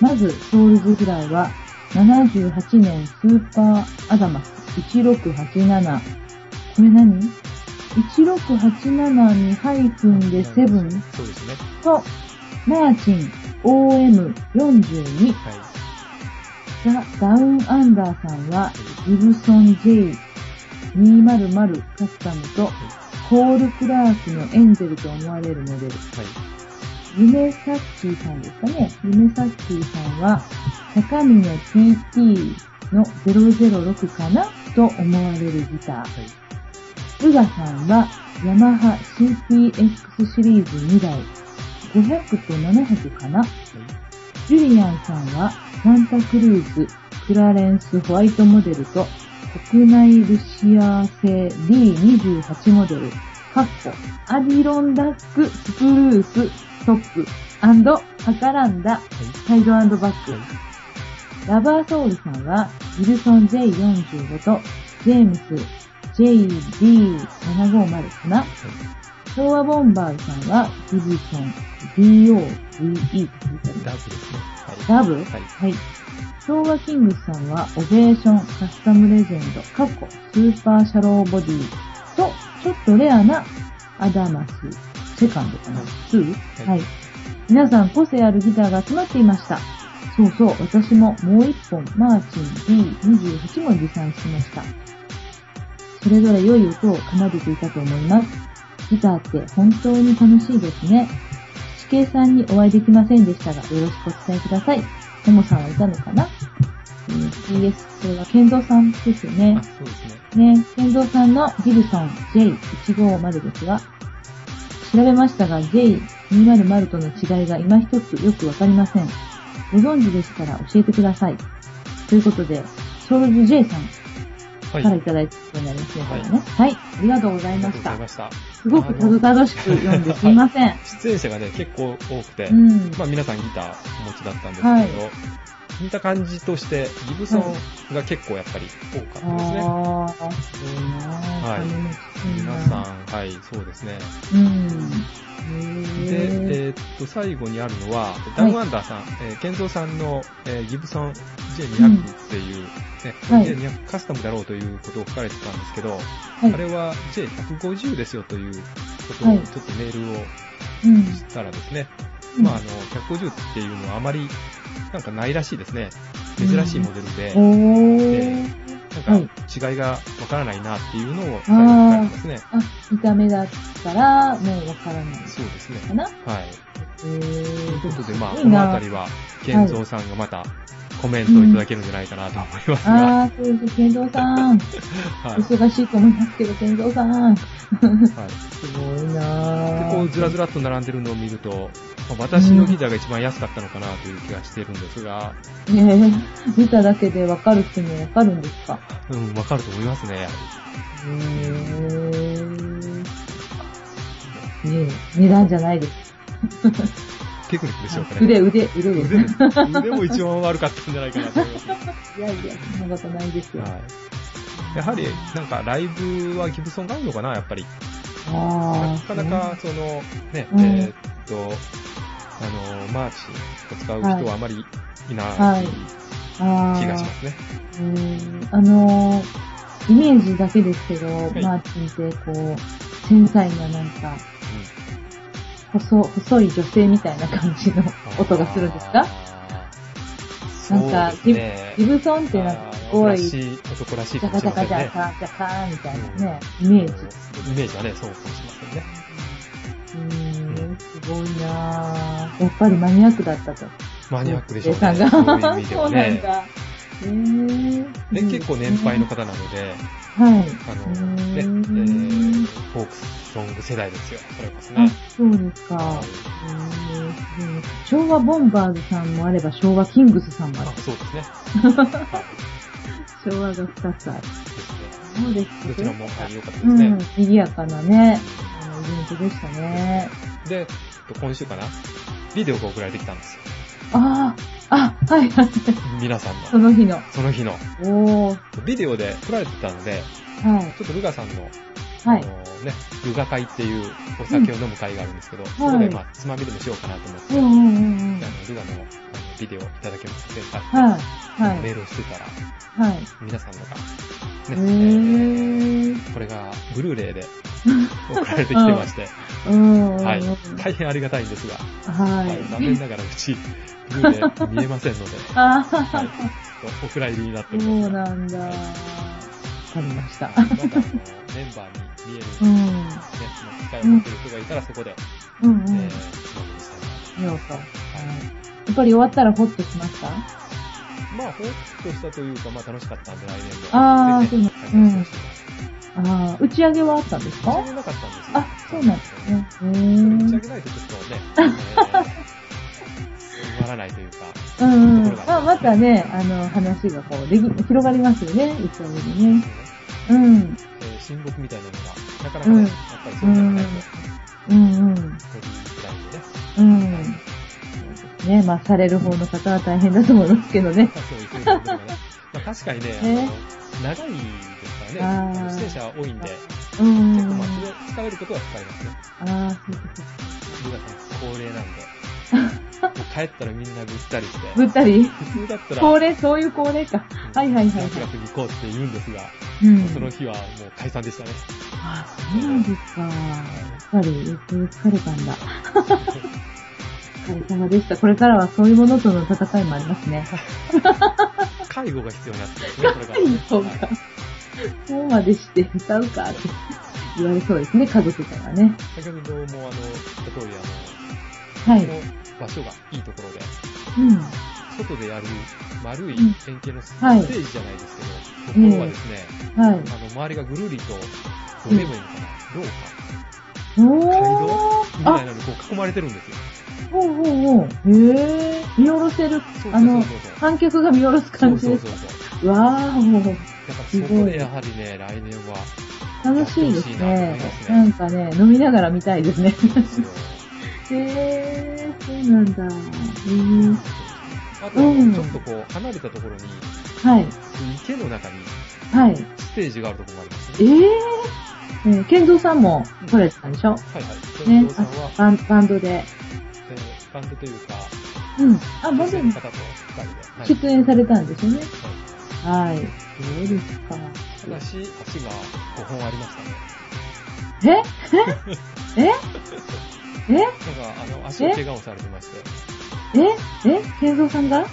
S2: まず、ソウルズフライは、78年スーパーアダマス1687。これ何 ?1687 にハイフンでセブン
S1: そうですね。
S2: と、マーチン OM42
S1: はい。
S2: ザ・ダウン・アンダーさんは、ギブソン J200 カスタムと、コール・クラークのエンゼルと思われるモデル。
S1: は
S2: 夢サッキーさんですかね。夢サッキーさんは、高峰 PT の006かなと思われるギタ
S1: い。はい。
S2: ー。ルガさんは、ヤマハ CTX シリーズ2台、500と700かなジュリアンさんは、サンタクルーズ、クラレンスホワイトモデルと、国内ルシア製 D28 モデル、カッコ、アディロンダック、スプルース、トップ、アンド、ハカランダ、サイドアンドバック。ラバーソウルさんは、ウィルソン J45 と、ジェームス JD750 かな昭和ボンバーさんは、ギブソン DOVE と書いてあります
S1: ダブですね。はい。は
S2: ラブ
S1: い
S2: はい。昭和キングスさんは、オベーション、カスタムレジェンド、過去、スーパーシャローボディと、ちょっとレアなアダマス、セカンドかな、
S1: はい
S2: 2
S1: は
S2: はいい。皆さん、個性あるギターが集まっていました。そうそう、私ももう一本、マーチン D28 も持参しました。それぞれ良い音を奏でていたと思います。ギターって本当に楽しいですね。地形さんにお会いできませんでしたが、よろしくお伝えください。ともさんはいたのかな、えー、?PS、それは健三さんですよね
S1: あ、。そうですね。
S2: ね、健三さんのギルソン J150 ですが、調べましたが J200 との違いが今一つよくわかりません。ご存知でしたら教えてください。ということで、ソウルズ J さん
S1: はい。
S2: からいただいたことになりますね、これはね。はい、ありがとうござ
S1: あ
S2: い
S1: りが
S2: ま
S1: とう
S2: し
S1: ござ
S2: た
S1: い。ました。
S2: すごくたど
S1: あ
S2: たどしく読んですいません。
S1: の出演者がね、結構多くて
S2: う、ん。
S1: まあ皆さんギターお持ちだったんですけ
S2: はい
S1: ど、見た感じとして、ギブソンが結構やっぱり多かったですね。
S2: ああ、そうな
S1: はい皆さん、はい、そうですね。
S2: ん。うん。へえ。
S1: で、えーっと、最後にあるのは、ダウンアンダーさん、えー、ケンゾーさんの、えーギブソン J200 っていう、ね、
S2: はい
S1: J200 カスタムだろうということを書かれてたんですけど、
S2: はい
S1: あれは J150 ですよということを、
S2: はい
S1: ちょっとメールを
S2: うん。
S1: したらですね、
S2: うん
S1: まあ、あの、150っていうのはあまり、なんかないらしいですね。珍しいモデルで、
S2: お
S1: え
S2: ー。
S1: なんか違いがわからないなっていうのを最後に書かれてますね。
S2: あ、見た目だったら、もうわからない
S1: そうですね。
S2: かな。へ
S1: はい。という
S2: ー
S1: ことで、まあ、
S2: す
S1: こ
S2: ごい
S1: の
S2: な
S1: あたりは、健三さんがまたコメントをいただけるんじゃないかなと思いますが、
S2: あー、そうです。健三さ
S1: は
S2: ん。
S1: い。はい。
S2: 忙しいと思いますけど、健三さん。す
S1: で、
S2: ごいな
S1: こう、
S2: ぁ。
S1: ずらずらっと並んでるのを見ると、まあ私のギターが一番安かったのかなという気がしてるんですが、
S2: ねえ、見ただけでわかる人にはわかるんですか
S1: うん、わかると思いますね。
S2: へー。ねえ、値段じゃないです。
S1: テクニックでしょうかね。
S2: 腕、腕、腕です。
S1: 腕 ですね腕も一番悪かったんじゃないかなと思いますね。
S2: いやいや、そんなことな いですよ。
S1: はい。やはり、なんか、ライブはギブソンが合うのかな、やっぱり。
S2: あ
S1: な
S2: ー
S1: かなか、その、ね、
S2: うん
S1: えーっと、あの、マーチを使う人はあまりいない気がしますね。
S2: うーんあのー、イメージだけですけど、
S1: い
S2: マーチンってこう、繊細ななんか、細、細い女性みたいな感じ
S1: う
S2: の
S1: ん
S2: 音がするんですか
S1: あーそう
S2: な
S1: で
S2: んか
S1: す
S2: ジ、
S1: ね。
S2: ジブソンってなんかすご
S1: 男ら
S2: い、
S1: し
S2: ジ
S1: い、男らしい
S2: ャ
S1: か
S2: カ
S1: もし
S2: ジ
S1: れま
S2: ャ
S1: せ
S2: カ
S1: ん
S2: ジャ
S1: ね。
S2: カジャカみたいなね、イ
S1: イ
S2: メージ。
S1: イメージはね、そうかもしれませんね。
S2: うーん、すごいなぁ。やっぱりマニアックだったと。
S1: マニアックでしょう
S2: さん
S1: ね。
S2: が。
S1: そ
S2: そ
S1: いう
S2: うう
S1: 意味では
S2: なん
S1: ね。
S2: だ。えー、
S1: で、結構年配の
S2: 方。
S1: 方なので、
S2: はい。
S1: あの、ね、え
S2: う
S1: ー
S2: ん
S1: フォークソング世代ですよ。それこそ
S2: あ
S1: ね。、
S2: そうですか。えー昭和ボンバーズさんもあれば昭和キングスさんもある
S1: あ、。そうですね。
S2: 昭和が2つある。
S1: ですね。
S2: そうです
S1: どちらもあ良かったで
S2: う
S1: すね。
S2: ん、賑やかなね、あのイベントでしたね。
S1: で、今週かな、ビデオが送られてきたんですよ。
S2: ああ、あ、はいはい。
S1: 皆さん
S2: そ
S1: の、
S2: の日の。
S1: その日の。
S2: おー、
S1: ビデオで撮られてたので、
S2: はい、
S1: ちょっとルガさんの、
S2: は
S1: あ
S2: い。
S1: のね、ルガ会っていうお酒を飲む会があるんですけど、そこで、まあ、つまみでもしようかなと思って、
S2: うんう
S1: あの
S2: んうんうん。
S1: ルガのあのビデオいただけますで、
S2: はい、は
S1: メー
S2: い、
S1: ルをしてたら、
S2: はい。
S1: 皆さんのが、
S2: へ
S1: ね、
S2: ー。
S1: これが、ブルーレイで 送られてきてまして、
S2: うん。
S1: はい
S2: は
S1: 大変ありがたいんですが、はい残
S2: い。
S1: 念ながらうち、ブルーレイ見えません ので、
S2: あ
S1: はい
S2: ー、
S1: お蔵入りになっております
S2: そう
S1: が。
S2: なんだ。わかりました。
S1: またあのメンバーに見える、ね、
S2: う
S1: その
S2: ん。
S1: 機会を持ってる人がいたらそこで、
S2: うんう
S1: えー。
S2: ん
S1: つまみにしたい
S2: ようと。はいやっぱり終わったらホッとしました
S1: なまあ、ほっとしたというか、まあ楽しかったんで、来年も。
S2: あー
S1: ぜひね
S2: そうなんだ
S1: 開催してほしい
S2: ああ、打ち上げはあったんです
S1: な打ち
S2: か
S1: 上げなかったんですよ。
S2: あ、そうなんですね。う
S1: 打ち
S2: ー
S1: 上
S2: ん。
S1: げないとちょっとね、えーつまらないというか、
S2: うんうん。まあ、またね、あの、話がこう、でき、広がりますよね、打ち上げでね。うん。
S1: えー親睦みたいなのが、なかなかね、
S2: うん
S1: やっぱりそうじゃないと、
S2: うんうん。
S1: 取りづらいんでね、
S2: うん。ね、まあ、される方の方は大変だと思いますけどね。
S1: まあそういう風になるのがね。まあ確かにね、あの、長いですからね、あの
S2: あー
S1: 自転車多いんで、
S2: うん。
S1: 結構まあ、それ使えることは使えますね。
S2: ああ、そうそうそう。
S1: ルガさん、高齢なんで。も う帰ったらみんなぐったりして。
S2: ぶったり
S1: 普通だったら、
S2: 高齢、そういう高齢か。
S1: うん
S2: はいはいはいはい
S1: クラブに行こうって言うんですが、
S2: うん。
S1: その日はもう解散で したね。
S2: あそうなんですか。やっぱり、よく疲れたんだ。お疲れ様でした。これからはそういうものとの戦いもありますね。
S1: 介護が必要になってますね、これから、ね。
S2: そうか。そうまでして歌うかって言われそうですね、家族からね。
S1: 先ほどもあの、言った通り、あの、
S2: はい
S1: こ。の場所がいいところで、
S2: うん。
S1: 外でやる丸い
S2: うん
S1: 円形のステ
S2: はい
S1: ージじゃないですけど、ところはですね、
S2: はい。
S1: あの、周りがぐるりと、どれもいいのかな、廊
S2: お
S1: 下み
S2: ー。
S1: たいな
S2: あ、
S1: のにこう囲まれてるんですよ。
S2: ほうほうほう。へえ。見下ろせる
S1: そうそうそうそう。
S2: あの、観客が見下ろす
S1: そ
S2: 感
S1: う
S2: じ
S1: そう
S2: で
S1: そうそう。
S2: す。わー、もう。
S1: だからそこでやはりね、来年は、
S2: 楽しいです
S1: やってほしいなと思い
S2: ね
S1: ます。ね
S2: なんかね、飲みながら見た いですね。
S1: ですよ。
S2: へー、そうなんだ。えー、
S1: あと、
S2: うん
S1: ちょっとこう、離れたところに、
S2: はい、
S1: 池の中に
S2: はい。
S1: ステージがあるところがあります
S2: え
S1: ね。
S2: ー、えー、ケンゾーさんも撮れてたんでしょ、
S1: はいはい。
S2: ね
S1: ね、さんは、
S2: バンバンドで。
S1: えーバンドというか、
S2: うん。
S1: 女
S2: あ、バンド
S1: 性の
S2: に
S1: 方と二人で。はい
S2: 出演されたんですよね。
S1: はい
S2: はい。そうですか。
S1: ただし、足が5本ありましたね。
S2: ええええ
S1: なんか、あの、足を怪我をされてまして。
S2: ええケンゾーさんが
S1: はい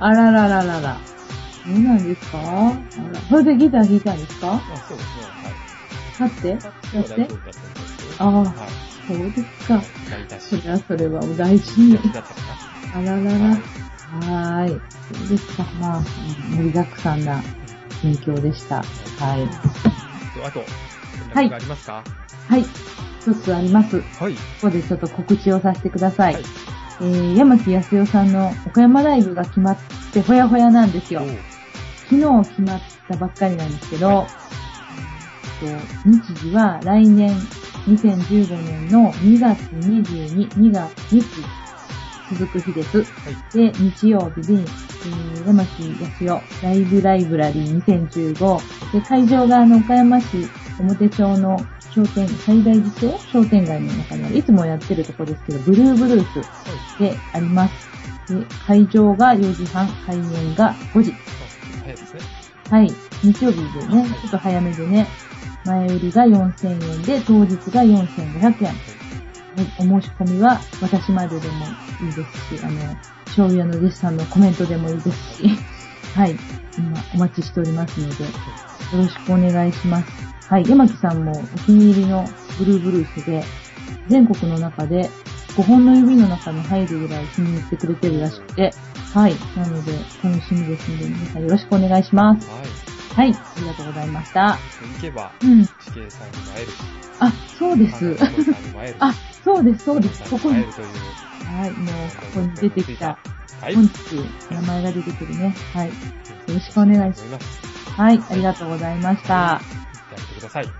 S2: あららららら。そうなんですかあら。それでギター弾いたんですか
S1: まあ、そうですね。はい。
S2: 立ってや
S1: 立っては
S2: っ
S1: 大
S2: て
S1: 丈夫だったんですけど。
S2: ああ
S1: はい。
S2: そうですか。
S1: 大体
S2: そ
S1: し、
S2: りゃそれはお大事に
S1: 左。だったか
S2: あらら
S1: な。
S2: ら。
S1: はい。
S2: はーい。そうですか。まあ、盛りだくさんな近況でした。はい。
S1: とあと、
S2: は
S1: 連
S2: い
S1: 絡がありますか
S2: はい。一つあります。こ
S1: はい。
S2: こでちょっと告知をさせてください。
S1: はい
S2: えー、山木康代さんの岡山ライブが決まってほやほやなんですよ
S1: お。う
S2: 昨日決まったばっかりなんですけど、
S1: はい
S2: えっと日時は来年2015年の2月22、2月2日続く日です。
S1: はい。
S2: で、日曜日に、えー、山木康代ライブライブラリー2015。で、会場があの、岡山市表町の商店、最大寺町商店街の中にある、いつもやってるとこですけど、ブルーブルースであります。で、会場が4時半、開演が5時。
S1: あ早いですね。
S2: はい。日曜日でね、ちょっと早めでね、前売りが4000円で、当日が4500円。おお申し込みは私まででもいいですし、あの、醤油屋の弟子さんのコメントでもいいですし、 はい、今お待ちしておりますので、よろしくお願いします。はい、山木さんもお気に入りのブルーブルースで、全国の中で5本の指の中に入るぐらい気に入ってくれてるらしくて、はい、なので楽しみですので、皆さんよろしくお願いします。
S1: はい。
S2: はい、ありがとうございました。
S1: 行けば、
S2: うん。
S1: 死刑さんにも会えるし、
S2: あ、そうです。
S1: 花子さんにも会えるし
S2: あ、そうです、そうです。
S1: さ
S2: こ
S1: んにも会え
S2: こに
S1: る、という。
S2: はい、もうここに出てきた、
S1: はい。
S2: 本日、名前が出てくるね。はい。よろしくお
S1: 思
S2: 願いし
S1: います。
S2: ます。はい、ありがとうございました。
S1: やってください。
S2: うん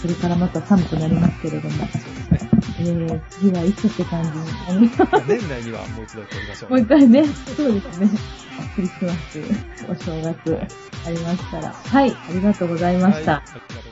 S2: それからまた寒くなりますけれども、
S1: そうですね。
S2: えー、次はいつって 感じに。
S1: 年内にはもう一度撮りましょう。
S2: もう一回ね、そうですね。クリスマス、お正月、ありましたら。はい、ありがとうございました。
S1: はい